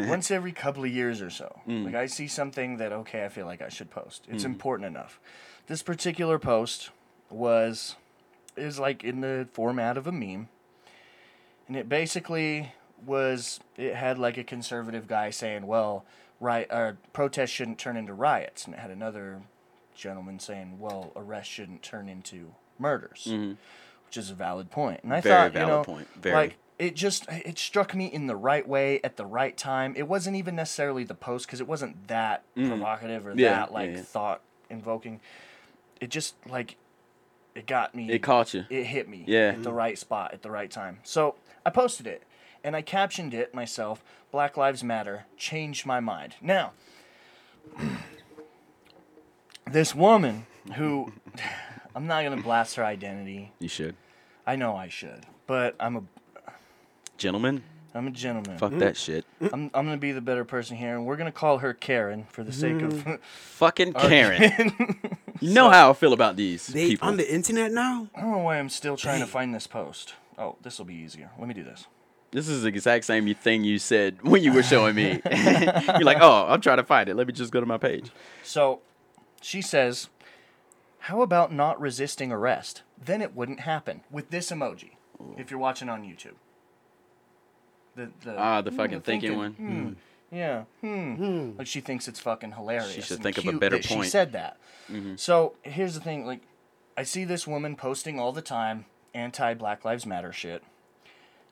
C: Once every couple of years or so.
A: Mm.
C: Like I see something that okay, I feel like I should post. It's important enough. This particular post was is like in the format of a meme. And it basically was it had like a conservative guy saying, "Well, right or protests shouldn't turn into riots." And it had another gentleman saying, "Well, arrests shouldn't turn into murders." Which is a valid point. And I
A: Mm-hmm. Very
C: thought,
A: valid
C: you know,
A: point. Very.
C: like it just it struck me in the right way at the right time. It wasn't even necessarily the post cuz it wasn't that provocative or
A: Mm. Yeah,
C: that
A: yeah,
C: like
A: yeah.
C: thought invoking. It just like it got me
A: It caught you.
C: it hit me
A: Yeah.
C: at the right spot at the right time. So I posted it and I captioned it myself Black Lives Matter changed my mind. Now, this woman who I'm not going to blast her identity.
A: You should.
C: I know I should, but I'm a
A: Gentlemen,
C: I'm a gentleman.
A: fuck that shit.
C: I'm, I'm going to be the better person here and we're going to call her Karen for the sake of
A: Fucking Karen. you know how I feel about these
B: They
A: people.
B: on the internet now?
C: I don't know why I'm still trying to find this post. Oh, this will be easier. Let me do this.
A: This is the exact same thing you said when you were showing me. You're like, oh, I'm trying to find it. Let me just go to my page.
C: So she says, How about not resisting arrest? Then it wouldn't happen with this emoji if you're watching on YouTube. The, the,
A: Ah, the
C: hmm,
A: fucking thinking one.
C: hmm, Yeah. Hmm. Like she thinks it's fucking hilarious.
A: should
C: and
A: think of a
C: cute
A: better Mm-hmm.
C: that She
A: point.
C: said that. So here's the thing like, I see this woman posting all the time anti Black Lives Matter shit.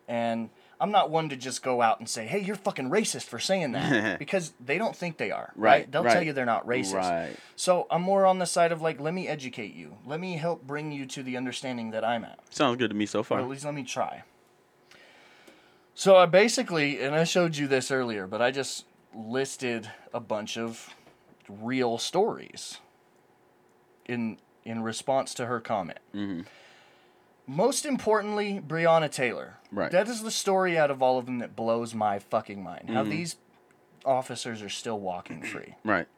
C: And I'm not one to just go out and say, hey, you're fucking racist for saying that because they don't think they are. Right.
A: Right,
C: They'll
A: right.
C: tell you they're not racist.
A: Right.
C: So I'm more on the side of like, let me educate you. Let me help bring you to the understanding that I'm at.
A: Sounds good to me so
C: Or at
A: far.
C: least let me try. So I basically, and I showed you this earlier, but I just listed a bunch of real stories in in response to her comment.
A: Mm-hmm.
C: Most importantly, Breonna Taylor.
A: Right.
C: That is the story out of all of them that blows my fucking mind. How
A: Mm-hmm.
C: these officers are still walking free.
A: Right.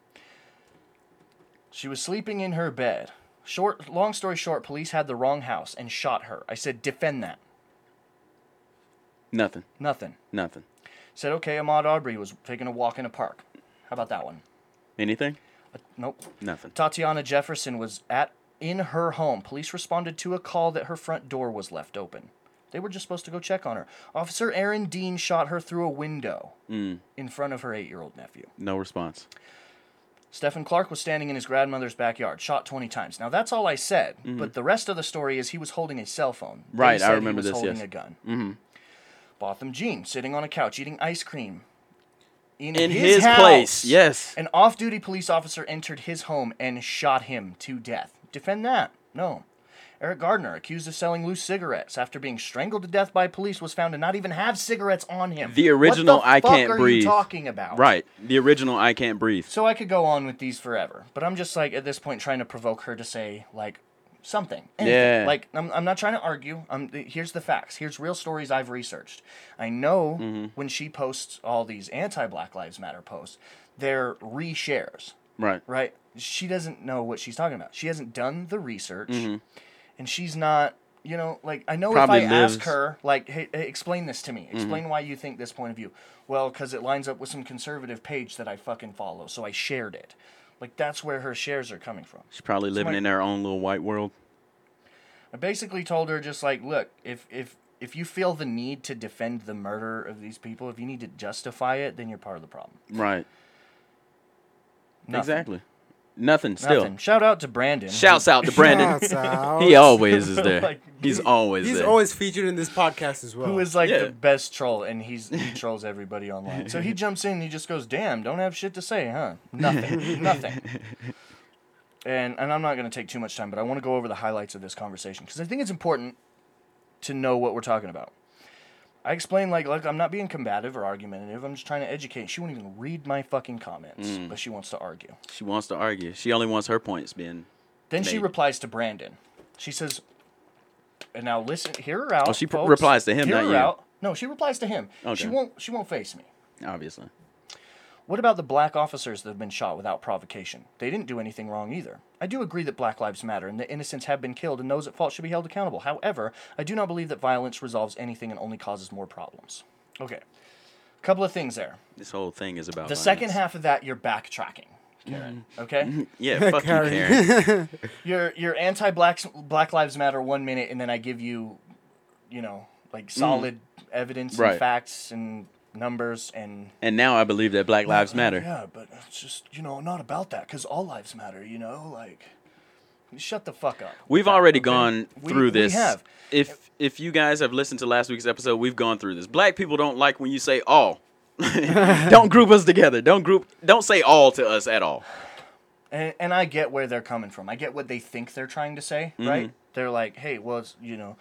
C: She was sleeping in her bed. Short, long story short, police had the wrong house and shot her. I said, defend that.
A: Nothing.
C: Nothing.
A: Nothing.
C: Said, okay, Ahmaud Aubrey was taking a walk in a park. How about that one? Uh,
A: Anything?
C: Nope.
A: Nothing.
C: Tatiana Jefferson was at in her home. Police responded to a call that her front door was left open. They were just supposed to go check on her. Officer Aaron Dean shot her through a window in front of her eight-year-old nephew.
A: No response.
C: Stephen Clark was standing in his grandmother's backyard, shot 20 times. Now, that's all I said, but the rest of the story is he was holding a cell phone. They
A: Mm-hmm. Right, I
C: said
A: remember
C: he was
A: this,
C: holding
A: yes.
C: a gun. Mm-hmm. Botham Jean, sitting on a couch, eating ice cream.
A: In his place, yes.
C: An off duty police officer entered his home and shot him to death. Defend that? No. Eric Gardner, accused of selling loose cigarettes after being strangled to death by police, was found to not even have cigarettes on him.
A: The
C: what
A: original
C: the
A: I
C: fuck
A: Can't
C: are
A: Breathe.
C: You talking about
A: Right. The original I Can't Breathe.
C: so I could go on with these forever, but I'm just like at this point trying to provoke her to say like something. anything.
A: Yeah.
C: Like I'm, I'm not trying to argue. I'm th- here's the facts. Here's real stories I've researched. I know when she posts all these anti-Black Lives Matter posts, they're reshares,
A: Right.
C: right? She doesn't know what she's talking about. She hasn't done the research, and she's not. You know, like I know
A: Mm-hmm. Probably
C: if I ask
A: lives- Mm-hmm.
C: her, like, hey, hey, explain this to me. Explain why you think this point of view. Well, because it lines up with some conservative page that I fucking follow, so I shared it. Like that's where her shares are coming from.
A: She's probably living
C: my-
A: in their own little white world.
C: I basically told her just like, look, if if if you feel the need to defend the murder of these people, if you need to justify it, then you're part of the problem.
A: Right.
C: Nothing.
A: Exactly. Nothing still.
C: Nothing. Shout out to Brandon.
A: Shouts out to Brandon.
B: Shouts out.
A: he always is there.
C: Like,
A: he's always
B: He's
A: there.
B: always featured in this podcast as well.
C: who is like
A: Yeah.
C: the best troll and he's he trolls everybody online. So he jumps in and he just goes, "Damn, don't have shit to say, huh? Nothing, nothing." And and I'm not going to take too much time, but I want to go over the highlights of this conversation because I think it's important to know what we're talking about. I explained like, look, I'm not being combative or argumentative. I'm just trying to educate. She won't even read my fucking comments, but she wants to argue.
A: she wants to argue. She only wants her points being.
C: Then she
A: Mate.
C: replies to Brandon. She says, "And now listen, hear her out."
A: Oh, she pr-
C: folks.
A: replies to him,
C: Hear
A: not
C: her
A: you.
C: out. No, she replies to him.
A: Okay.
C: She won't. She won't face me.
A: Obviously.
C: What about the black officers that have been shot without provocation? They didn't do anything wrong either. I do agree that black lives matter and that innocents have been killed and those at fault should be held accountable. However, I do not believe that violence resolves anything and only causes more problems. Okay. Couple of things there.
A: This whole thing is about
C: The second
A: violence. Mm-hmm.
C: half of that, you're backtracking, Karen. Okay?
A: Yeah, fuck you, Karen.
C: you're you're anti black Black Lives Matter one minute, and then I give you, you know, like solid evidence
A: Mm. Right.
C: and facts and numbers and
A: and now I believe that Black Lives Matter.
C: Yeah, but it's just you know not about that because all lives matter. You know, like shut the fuck up.
A: We've already gone
C: We-
A: through
C: we
A: this.
C: have.
A: If if you guys have listened to last week's episode, we've gone through this. Black people don't like when you say all. don't group us together. Don't group. Don't say all to us at all.
C: And and I get where they're coming from. I get what they think they're trying to say.
A: Mm-hmm.
C: Right? They're like, hey, well, it's, you know.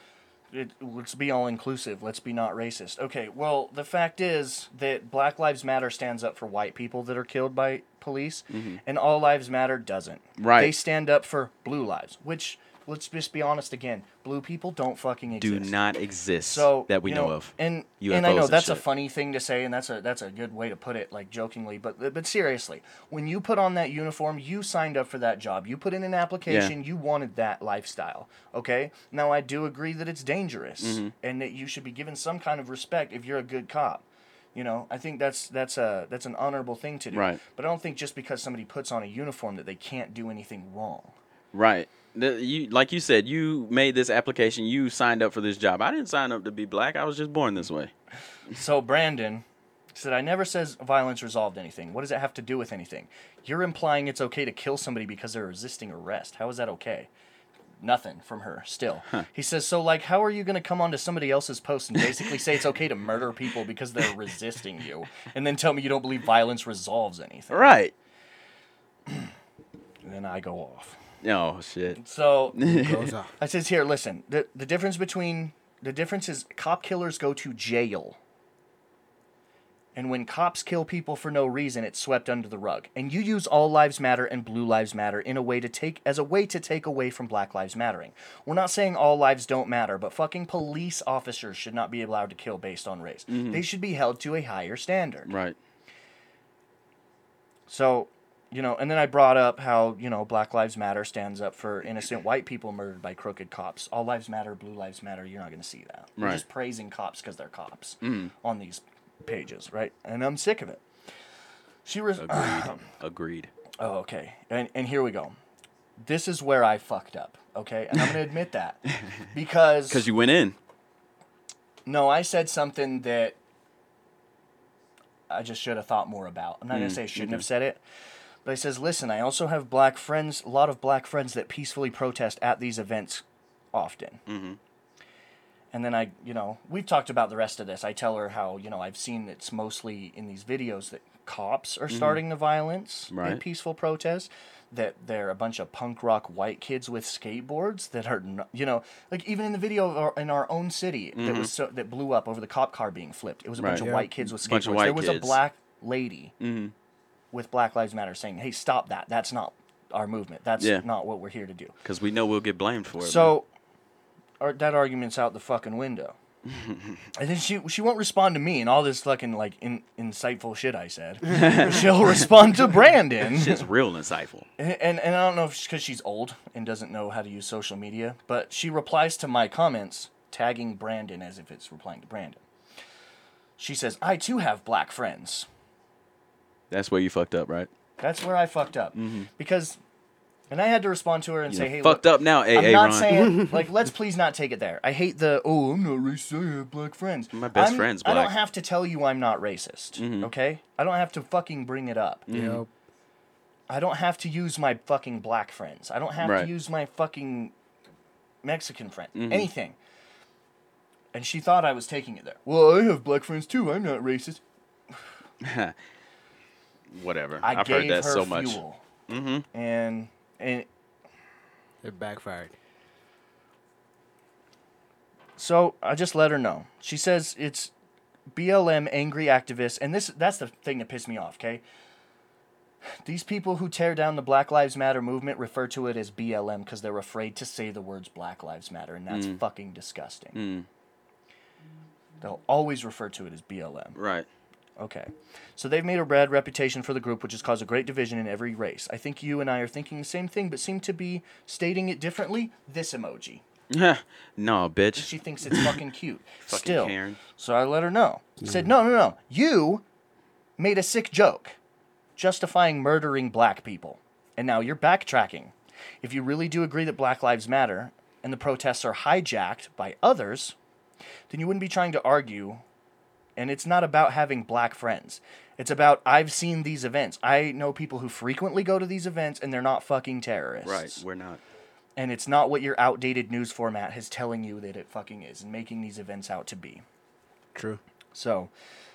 C: It, let's be all inclusive. Let's be not racist. Okay. Well, the fact is that Black Lives Matter stands up for white people that are killed by police, and All Lives Matter doesn't.
A: Mm-hmm. Right.
C: They stand up for blue lives, which let's just be honest again, blue people don't fucking
A: Do
C: exist.
A: not exist
C: so
A: that we
C: you
A: know, of.
C: And and I
A: UFOs
C: know
A: and
C: that's a
A: shit.
C: funny thing to say, and that's a that's a good way to put it, like jokingly. But but seriously, when you put on that uniform, you signed up for that job. You put in an application. You wanted that lifestyle. Okay. Now I do agree that it's dangerous,
A: Mm-hmm.
C: and that you should be given some kind of respect if you're a good cop. You know, I think that's that's a that's an honorable thing to do.
A: Right.
C: But I don't think just because somebody puts on a uniform that they can't do anything wrong.
A: Right. The- you like you said, you made this application. You signed up for this job. I didn't sign up to be black. I was just born this way.
C: So Brandon said, "I never says violence resolved anything. What does it have to do with anything? You're implying it's okay to kill somebody because they're resisting arrest. How is that okay? nothing from her still. He says, So, like, how are you going to come onto somebody else's post and basically say it's okay to murder people because they're resisting you and then tell me you don't believe violence resolves anything?
A: Right.
C: And then I go off.
A: Oh shit.
C: So
B: Goes off.
C: I says, Here, listen, the, the difference between the difference is cop killers go to jail. And when cops kill people for no reason, it's swept under the rug. And you use all lives matter and blue lives matter in a way to take as a way to take away from black lives mattering. We're not saying all lives don't matter, but fucking police officers should not be allowed to kill based on race. They should be held to a higher standard.
A: Right.
C: So, you know, and then I brought up how, you know, Black Lives Matter stands up for innocent white people murdered by crooked cops. All lives matter, blue lives matter. You're not going to see that. We're
A: Right. Mm.
C: just praising cops because they're cops on these pages, right? And I'm sick of it. She was.
A: Agreed. Agreed.
C: oh, okay. And, and here we go. This is where I fucked up, okay? And I'm going to admit that because.
A: Because you went in.
C: No, I said something that I just should have thought more about. I'm not
A: Mm,
C: gonna say I
A: mm-hmm.
C: shouldn't have said it, but he says, "Listen, I also have black friends, a lot of black friends that peacefully protest at these events often." Mm-hmm. And then I, you know, we've talked about the rest of this. I tell her how you know I've seen it's mostly in these videos that cops are starting the violence in
A: Mm-hmm. Right.
C: peaceful protest. That they're a bunch of punk rock white kids with skateboards that are, no, you know, like even in the video of our, in our own city that was so, that blew up over the cop car being flipped. It was a
A: Mm-hmm. Right.
C: bunch of
A: Yeah.
C: white kids with skateboards.
A: Bunch of white
C: there was a
A: kids. Mm-hmm.
C: black lady with Black Lives Matter saying, "Hey, stop that. That's not our movement. That's
A: Yeah.
C: not what we're here to do."
A: Because we know we'll get blamed for it.
C: So, ar- that argument's out the fucking window. and then she she won't respond to me and all this fucking like in, insightful shit I said. She'll respond to Brandon.
A: man. shit's real insightful.
C: And, and, and I don't know if because she's old and doesn't know how to use social media, but she replies to my comments tagging Brandon as if it's replying to Brandon. She says, I too have black friends.
A: That's where you fucked up, right?
C: That's where I fucked up. Because, and I had to respond to her and
A: Mm-hmm. You
C: say, hey,
A: fucked
C: look,
A: up now, AA
C: I'm not
A: Ron.
C: saying, like, let's please not take it there. I hate the, oh, I'm not racist, I have black friends.
A: My best
C: I'm-
A: friend's
C: I don't
A: black. Mm-hmm.
C: have to tell you I'm not racist, okay? I don't have to fucking bring it up.
B: Yep.
C: I don't have to use my fucking black friends. I don't have
A: Right. Mm-hmm.
C: to use my fucking Mexican friend. Anything. And she thought I was taking it there. Well, I have black friends too. I'm not racist.
A: Whatever.
C: I
A: have
C: gave
A: heard that
C: her
A: so
C: fuel.
A: much. Mm-hmm.
C: And and
B: It backfired.
C: so I just let her know. She says it's BLM angry activists, and this that's the thing that pissed me off. Okay. These people who tear down the Black Lives Matter movement refer to it as BLM because they're afraid to say the words Black Lives Matter, and that's fucking disgusting. They'll always refer to it as BLM.
A: Right.
C: Okay. So they've made a bad reputation for the group, which has caused a great division in every race. I think you and I are thinking the same thing, but seem to be stating it differently. This emoji.
A: no, bitch.
C: She thinks it's fucking cute.
A: Fucking
C: Still.
A: Karen.
C: So I let her know. Said, no, no, no. You made a sick joke justifying murdering black people. And now you're backtracking. If you really do agree that black lives matter and the protests are hijacked by others, then you wouldn't be trying to argue. And it's not about having black friends. It's about I've seen these events. I know people who frequently go to these events and they're not fucking terrorists
A: Right. We're not.
C: and it's not what your outdated news format is telling you that it fucking is and making these events out to be.
B: True.
C: So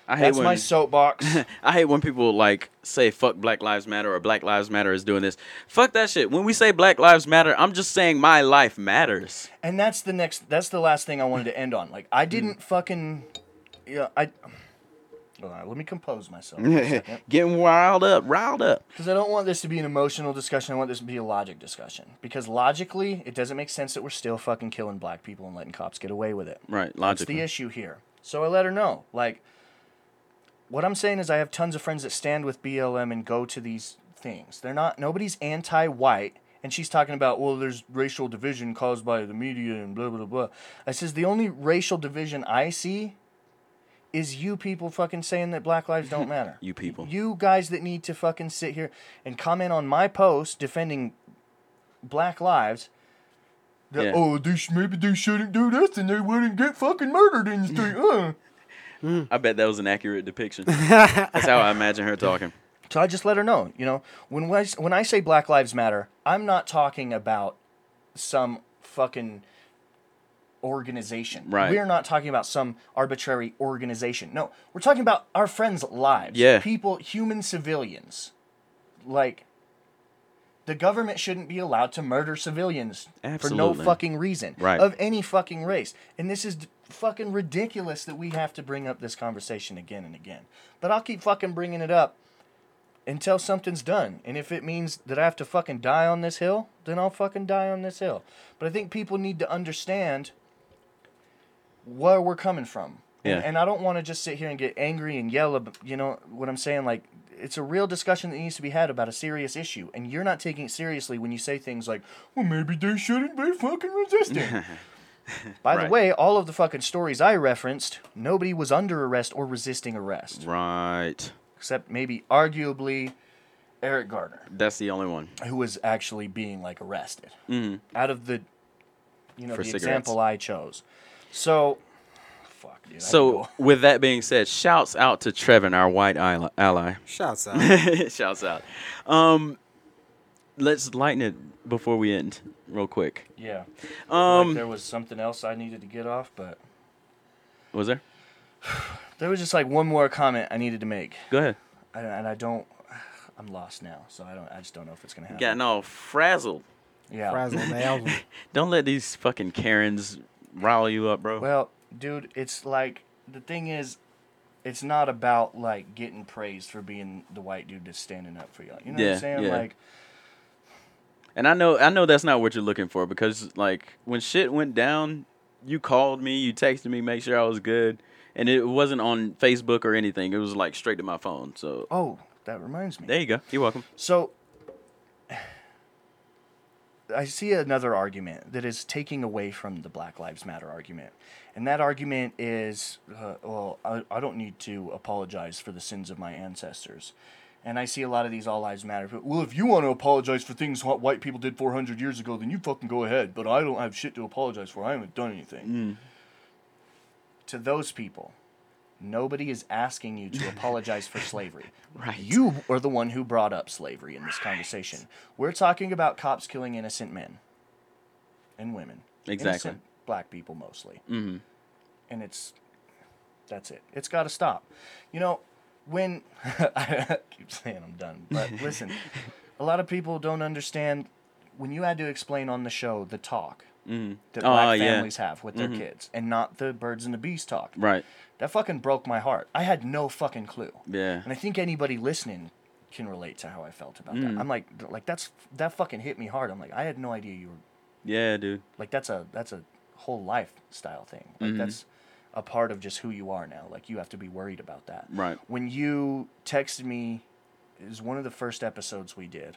A: I hate
C: that's
A: when
C: my soapbox.
A: I hate when people like say fuck Black Lives Matter or Black Lives Matter is doing this. Fuck that shit. When we say Black Lives Matter, I'm just saying my life matters.
C: and that's the next that's the last thing I wanted to end on. Like I didn't fucking yeah, I Hold on, let me compose myself.
A: Getting riled up, riled up.
C: Because I don't want this to be an emotional discussion. I want this to be a logic discussion. Because logically, it doesn't make sense that we're still fucking killing black people and letting cops get away with it.
A: Right,
C: That's the
A: logically.
C: issue here. So I let her know. Like, what I'm saying is, I have tons of friends that stand with BLM and go to these things. They're not, nobody's anti white. And she's talking about, well, there's racial division caused by the media and blah, blah, blah. I says, the only racial division I see is you people fucking saying that black lives don't matter.
A: You people.
C: You guys that need to fucking sit here and comment on my post defending black lives that,
A: Yeah.
C: oh, they sh- maybe they shouldn't do this and they wouldn't get fucking murdered in the street. uh."
A: I bet that was an accurate depiction. That's how I imagine her talking.
C: So I just let her know, you know, when I, when I say Black Lives Matter, I'm not talking about some fucking organization.
A: Right.
C: We're not talking about some arbitrary organization. No, we're talking about our friends' lives.
A: Yeah.
C: People, human civilians. Like, the government shouldn't be allowed to murder civilians for
A: Absolutely.
C: no fucking reason.
A: Right.
C: Of any fucking race. And this is d- fucking ridiculous that we have to bring up this conversation again and again. But I'll keep fucking bringing it up until something's done. And if it means that I have to fucking die on this hill, then I'll fucking die on this hill. But I think people need to understand where we're coming from. And-
A: Yeah.
C: And I don't want to just sit here and get angry and yell, ab- you know what I'm saying? Like, it's a real discussion that needs to be had about a serious issue. And you're not taking it seriously when you say things like, well, maybe they shouldn't be fucking resisting. By the
A: Right.
C: way, all of the fucking stories I referenced, nobody was under arrest or resisting arrest,
A: Right.
C: except maybe arguably Eric Garner
A: That's the only one.
C: who was actually being like arrested out of the you know
A: Mm-hmm. For
C: the
A: cigarettes.
C: example I chose. So fuck dude. I can
A: So,
C: go-
A: with that being said, shouts out to Trevin, our white ally- ally.
B: Shouts out.
A: shouts out. Um, let's lighten it before we end, real quick.
C: yeah.
A: Um,
C: like there was something else I needed to get off, but
A: was there?
C: there was just like one more comment I needed to make.
A: Go ahead.
C: I, and I don't I'm lost now, so I don't I just don't know if it's going to happen.
A: Gotten all frazzled.
C: yeah.
B: Frazzled the album.
A: Don't let these fucking Karens rile you up, bro.
C: Well, dude, it's like the thing is, it's not about like getting praised for being the white dude that's standing up for y'all. You know what
A: Yeah,
C: I'm saying?
A: yeah.
C: Like
A: And I know I know that's not what you're looking for because like when shit went down, you called me, you texted me, make sure I was good, and it wasn't on Facebook or anything. It was like straight to my phone. So
C: oh, that reminds me.
A: there you go. You're welcome.
C: So I see another argument that is taking away from the Black Lives Matter argument. And that argument is uh, well, I, I don't need to apologize for the sins of my ancestors. And I see a lot of these all lives matter. people, Well, if you want to apologize for things wh- white people did 400 years ago, then you fucking go ahead. But I don't have shit to apologize for. I haven't done anything. To those people, nobody is asking you to apologize for slavery.
A: Right.
C: You are the one who brought up slavery in this conversation. We're talking about cops killing innocent men and women.
A: Exactly.
C: Innocent black people mostly. Mm-hmm. And it's that's it. It's got to stop. You know, when I keep saying I'm done, but listen, a lot of people don't understand when you had to explain on the show the talk that black
A: Oh, yeah.
C: families have with their kids and not the birds and the bees talk.
A: Mm-hmm. Right.
C: That fucking broke my heart. I had no fucking clue.
A: Yeah.
C: And I think anybody listening can relate to how I felt about
A: Mm.
C: that. I'm like like that's that fucking hit me hard. I'm like I had no idea you were
A: Yeah, dude.
C: like that's a that's a whole lifestyle thing like
A: Mm-hmm.
C: that's a part of just who you are now like you have to be worried about that
A: Right.
C: when you texted me it was one of the first episodes we did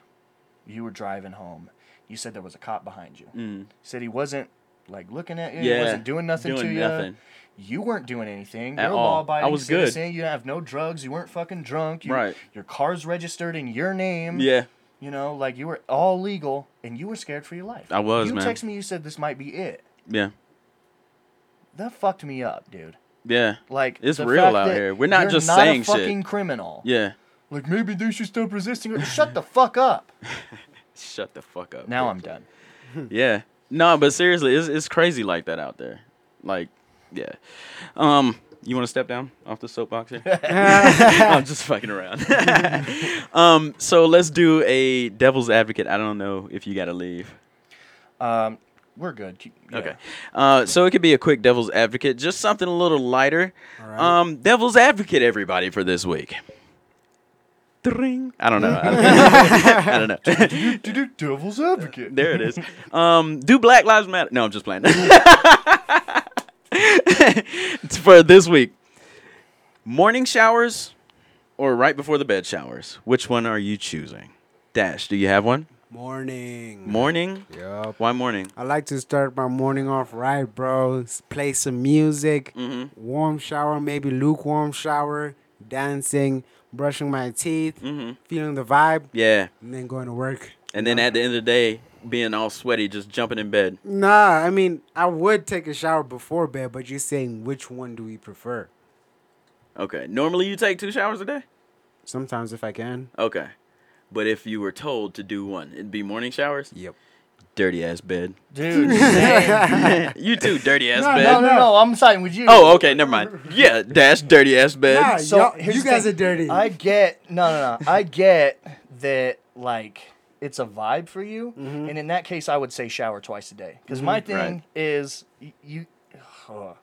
C: you were driving home you said there was a cop behind you mm. said he wasn't like looking at you he
A: Yeah,
C: wasn't doing nothing
A: doing
C: to you
A: nothing.
C: you weren't doing anything
A: At
C: you're a
A: all.
C: law-abiding
A: I was good.
C: citizen. you have no drugs you weren't fucking drunk you,
A: Right.
C: your car's registered in your name
A: Yeah.
C: you know, like you were all legal and you were scared for your life.
A: I was,
C: You
A: man.
C: texted me, you said this might be it.
A: Yeah.
C: That fucked me up, dude.
A: Yeah.
C: Like
A: It's
C: the
A: real
C: fact
A: out
C: that
A: here. We're not
C: you're
A: just
C: not
A: saying
C: a
A: shit.
C: fucking criminal.
A: Yeah.
C: Like maybe they should stop resisting. or- Shut the fuck up.
A: Shut the fuck up.
C: Now
A: dude.
C: I'm done.
A: Yeah. No, but seriously, it's it's crazy like that out there. Like, yeah. Um, you want to step down off the soapbox here? I'm just fucking around. um, so let's do a devil's advocate. I don't know if you got to leave.
C: Um, we're good. Keep- yeah.
A: Okay. Uh, so it could be a quick devil's advocate, just something a little lighter. Um, devil's advocate, everybody, for this week. Dring. I don't know. I don't know. I don't know.
C: Du-du-du, Devil's advocate.
A: there it is. Um, do Black Lives Matter? No, I'm just playing. It's for this week, morning showers or right before the bed showers? Which one are you choosing? Dash, do you have one?
B: Morning.
A: Morning.
B: Yup.
A: Why morning?
B: I like to start my morning off right, bro. S- Play some music,
C: Mm-hmm.
B: warm shower, maybe lukewarm shower, dancing, brushing my teeth,
C: Mm-hmm.
B: feeling the vibe,
A: Yeah.
B: and then going to work.
A: And then at the end of the day, being all sweaty, just jumping in bed.
B: Nah, I mean, I would take a shower before bed, but you're saying which one do we prefer?
A: Okay. Normally you take two showers a day?
B: Sometimes if I can.
A: Okay. But if you were told to do one, it'd be morning showers?
B: Yep.
A: dirty ass bed.
C: dude. damn.
A: you too, dirty ass
B: No,
A: bed.
C: no, no, no, I'm siding with you.
A: Oh, okay, never mind. Yeah, dash dirty ass bed.
B: Nah,
C: So,
B: y'all-
C: here's
B: you
C: the
B: guys
C: thing.
B: are dirty.
C: I get no, no, no. I get that like it's a vibe for you,
B: Mm-hmm.
C: and in that case, I would say shower twice a day because my thing
A: Right.
C: is y- you. ugh.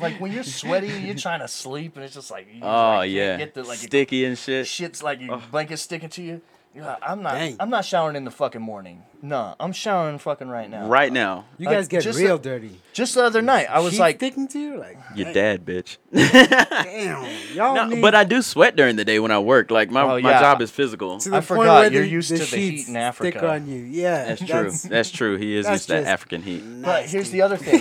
C: like when you're sweaty, you're trying to sleep, and it's just like you just,
A: Oh
C: like, can't
A: yeah,
C: get the, like, your
A: sticky and shit.
C: shit's like your blanket sticking to you. You're like, I'm not,
B: Dang.
C: I'm not showering in the fucking morning. No, I'm showering fucking right now.
A: Right now,
B: you
C: I-
B: guys get
C: just
B: real
C: the-
B: dirty.
C: Just the other night, I was
B: She's
C: like,
B: sticking to you, like
A: your dad, bitch.
B: damn, y'all
A: No,
B: need
A: but I do sweat during the day when I work. Like my, my
C: Oh, yeah.
A: job is physical.
B: to the
C: I
B: point
C: forgot,
B: where
C: you're
B: the-
C: used
B: the
C: to the heat
B: sheets
C: in
B: Stick
C: Africa.
B: on you, yeah.
A: That's true. That's, true. He is
B: that's
A: used to
B: just-
A: that African heat.
C: But here's the other thing.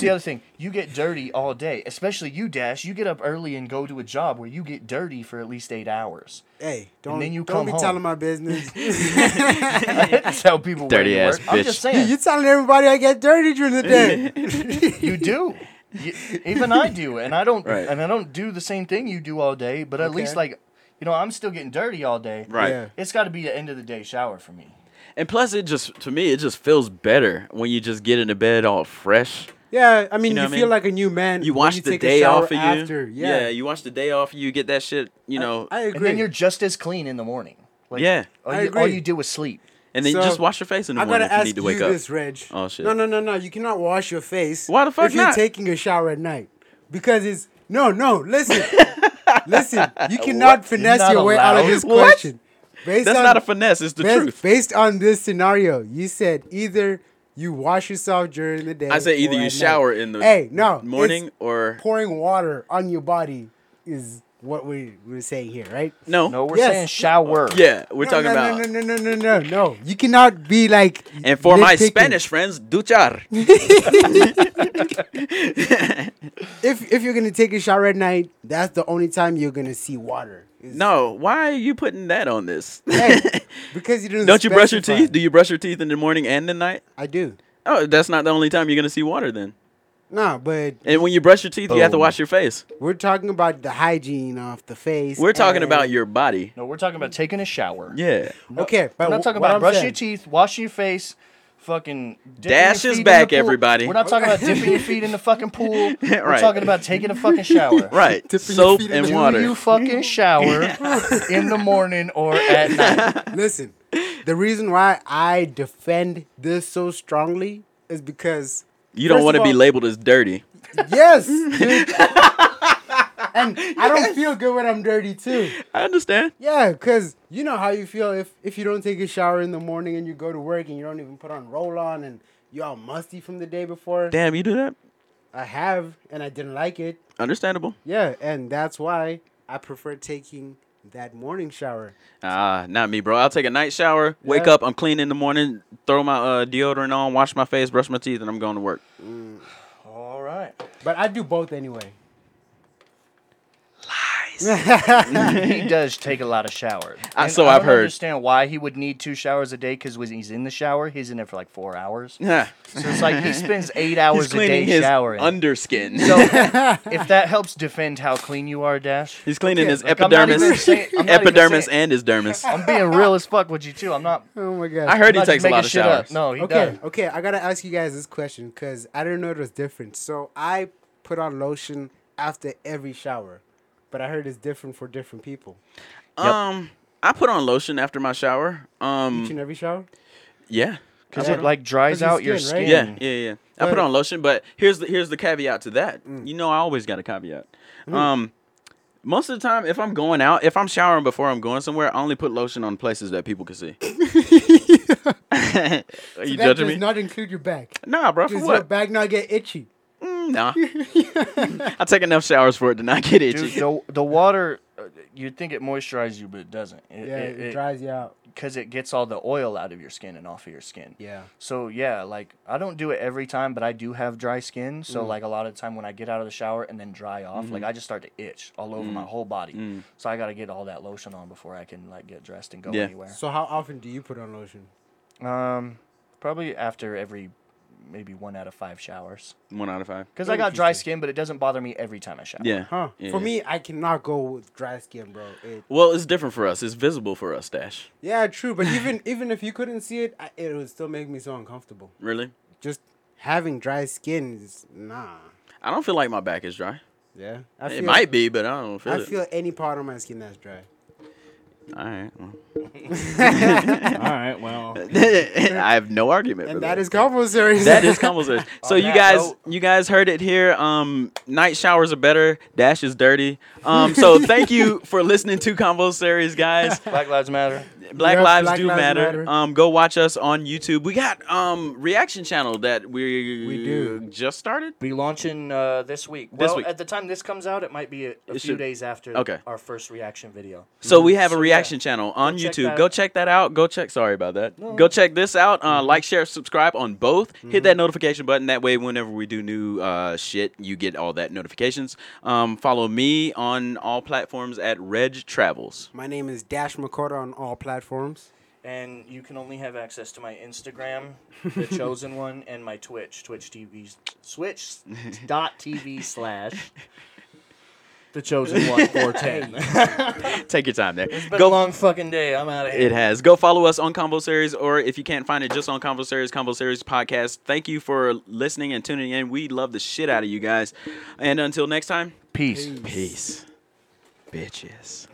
C: the other thing. You get dirty all day, especially you, Dash. You get up early and go to a job where you get dirty for at least eight hours.
B: Hey, don't
C: then you
B: don't
C: come
B: be
C: home.
B: telling my business.
C: I didn't tell people where
A: Dirty
C: you
A: ass
C: work. I'm just
A: bitch.
C: saying,
B: You're telling everybody I get dirty during the day.
C: you do. You, even I do, and I don't.
A: Right.
C: And I don't do the same thing you do all day. But at least
B: Okay.
C: like, you know, I'm still getting dirty all day.
A: Right.
B: Yeah.
C: It's got to be the end of the day shower for me.
A: And plus, it just to me, it just feels better when you just get into bed all fresh.
B: Yeah, I mean, you,
A: know what I
B: feel
A: mean?
B: like a new man.
A: You
B: when
A: wash the
B: take a
A: day
B: shower
A: off of you.
B: After. Yeah,
A: you wash the day off. You get that shit. You know.
B: I
C: And
B: agree.
C: then you're just as clean in the morning. Like,
A: Yeah.
C: All
B: I
C: you, all
B: agree.
C: you do is sleep.
A: and then
B: So,
A: you just wash your face in the
B: I
A: morning
B: gotta
A: if you
B: ask
A: need to
B: you
A: wake
B: this,
A: up.
B: Reg.
A: Oh, shit.
B: No, no, no, no. You cannot wash your face.
A: Why the fuck
B: If you're
A: not?
B: taking a shower at night, because it's no, no. Listen, listen. You cannot finesse
C: not
B: your way out of
C: allowed?
B: this
A: What?
B: question. Based
A: That's
B: on,
A: not a finesse. It's the
B: based,
A: truth.
B: Based on this scenario, you said either you wash yourself during the day.
A: I say
B: or
A: either
B: at
A: you
B: night.
A: shower in the
B: Hey, no,
A: morning
B: it's-
A: or
B: pouring water on your body is what we we're saying here, right?
A: no.
C: No, we're
B: Yes.
C: saying shower.
A: Yeah, we're
B: No,
A: talking
B: no,
A: about.
B: no, no, no, no, no, no, no. You cannot be like.
A: And for my
B: nitpicking.
A: Spanish friends, duchar.
B: if if you're gonna take a shower at night, that's the only time you're gonna see water. It's-
A: No, why are you putting that on this?
B: hey, because you didn't.
A: Don't you brush your
B: specify.
A: teeth? Do you brush your teeth in the morning and the night?
B: I do.
A: Oh, that's not the only time you're gonna see water then.
B: No, but
A: And when you brush your teeth, you have to
C: Boom.
A: wash your face.
B: we're talking about the hygiene of the face.
A: We're talking
B: and-
A: about your body.
C: No, we're talking about taking a shower.
A: Yeah.
B: Okay, but
C: We're not
B: wh-
C: talking
B: what
C: about
B: I'm
C: brushing
B: saying-
C: your teeth, washing your face, fucking dipping
A: Dash
C: your
A: is
C: feet in
A: back,
C: the pool.
A: everybody.
C: We're not talking about dipping your feet in the fucking pool. We're
A: Right.
C: talking about taking a fucking shower.
A: Right.
B: Dipping your
A: Soap
B: feet in
A: and
B: the-
C: Do
A: water.
C: you fucking shower in the morning or at night?
B: Listen, the reason why I defend this so strongly is because
A: You don't
B: First
A: want to
B: of
A: be
B: all-
A: labeled as dirty.
B: yes, dude. and I don't feel good when I'm dirty too.
A: I understand.
B: Yeah, cause you know how you feel if if you don't take a shower in the morning and you go to work and you don't even put on roll on and you're all musty from the day before.
A: Damn, you do that?
B: I have and I didn't like it.
A: Understandable.
B: Yeah, and that's why I prefer taking that morning shower.
A: Ah, not me, bro. I'll take a night shower, wake
B: Yeah.
A: up, I'm clean in the morning, throw my uh, deodorant on, wash my face, brush my teeth, and I'm going to work.
C: All right.
B: But I do both anyway.
C: He does take a lot of showers.
A: I-
C: And
A: so
C: I
A: I've
C: don't
A: heard.
C: understand why he would need two showers a day because when he's in the shower, he's in there for like four hours. So
A: Yeah.
C: it's like he spends eight hours
A: He's
C: a day
A: cleaning his
C: showering.
A: underskin.
C: so if that helps defend how clean you are, Dash,
A: He's cleaning his
C: Like, I'm not even
A: epidermis,
C: saying- I'm not even
A: epidermis,
C: saying-
A: and his dermis.
C: I'm being real as fuck with you too. I'm not.
B: Oh my god.
A: I heard
C: I'm
A: he takes
C: not just
A: a
C: making
A: lot of
C: shit
A: showers.
C: Up. No, he
B: Okay,
C: does.
B: okay, I gotta ask you guys this question because I didn't know it was different. So I put on lotion after every shower. But I heard it's different for different people.
A: Um, I put on lotion after my shower.
B: Each and
A: Um,
B: every shower?
A: yeah.
C: Because it like dries
B: 'Cause your
C: out your
B: skin, right?
C: skin.
A: Yeah, yeah, yeah. I put
B: But- Mm.
A: on lotion, but here's the here's the caveat to that. You know, I always got a caveat. Um, most of the time, if I'm going out, if I'm showering before I'm going somewhere, I only put lotion on places that people can see. Are you
B: that
A: judging
B: does
A: me?
B: not include your back.
A: nah, bro. For
B: Does your
A: what?
B: back not get itchy?
A: Nah. I take enough showers for it to not get itchy.
C: Dude, the, the water, uh, you'd think it moisturizes you, but it doesn't. It,
B: Yeah, it, dries you out.
C: Because it gets all the oil out of your skin and off of your skin.
B: Yeah.
C: So, yeah, like, I don't do it every time, but I do have dry skin. So,
B: Mm.
C: like, a lot of the time when I get out of the shower and then dry off, like, I just start to itch all over my whole body. So, I got to get all that lotion on before I can, like, get dressed and go
A: Yeah.
C: anywhere.
B: So how often do you put on lotion?
C: Um, Probably after every maybe one out of five showers
A: One out of five.
C: because I got dry skin, but it doesn't bother me every time I shower.
A: Yeah.
B: Huh.
A: Yeah.
B: For me, I cannot go with dry skin, bro. It,
A: Well, it's different for us. It's visible for us, Dash.
B: yeah, true. But even even if you couldn't see it, I, it would still make me so uncomfortable.
A: Really?
B: Just having dry skin is nah.
A: I don't feel like my back is dry.
B: Yeah, I
A: It might be, but I don't feel
B: I
A: it.
B: feel any part of my skin that's dry.
A: All right. well.
F: All right, well,
A: I have no argument. for
B: And that is compulsory.
A: that is compulsory. So
C: On
A: you
C: that
A: guys,
C: note-
A: you guys heard it here. Um, night showers are better. Dash is dirty. Um, so thank you for listening to Combo Series, guys.
C: Black Lives Matter.
A: Black
B: Yep,
A: lives
B: Black
A: do
B: Lives
A: matter.
B: Matter.
A: Um, go watch us on YouTube. We got um reaction channel that we
B: We do.
A: just started.
C: Be launching uh, this week.
A: This
C: well,
A: week.
C: at the time this comes out, it might be a, a few
A: should-
C: days after
A: okay.
C: our first reaction video.
A: So we have a
C: So, yeah.
A: reaction channel on
C: check
A: YouTube.
C: that
A: Go
C: out. Mm-hmm.
A: check that out. Go check. Sorry about that. Go check this out. Uh, Like, share, subscribe on both. Hit that notification button. That way, whenever we do new uh, shit, you get all that notifications. Um, follow me on all platforms at Reg Travels.
B: My name is Dash McCorda on all platforms.
C: And you can only have access to my Instagram, the chosen one, and my Twitch, Twitch TV, Switch dot TV slash the chosen one four ten.
A: Take your time there.
C: Been a long fucking day. I'm out of here.
A: It has. Go follow us on Combo Series, or if you can't find it, just on Combo Series, Combo Series Podcast. Thank you for listening and tuning in. We love the shit out of you guys. And until next time,
C: Peace.
A: peace. Bitches.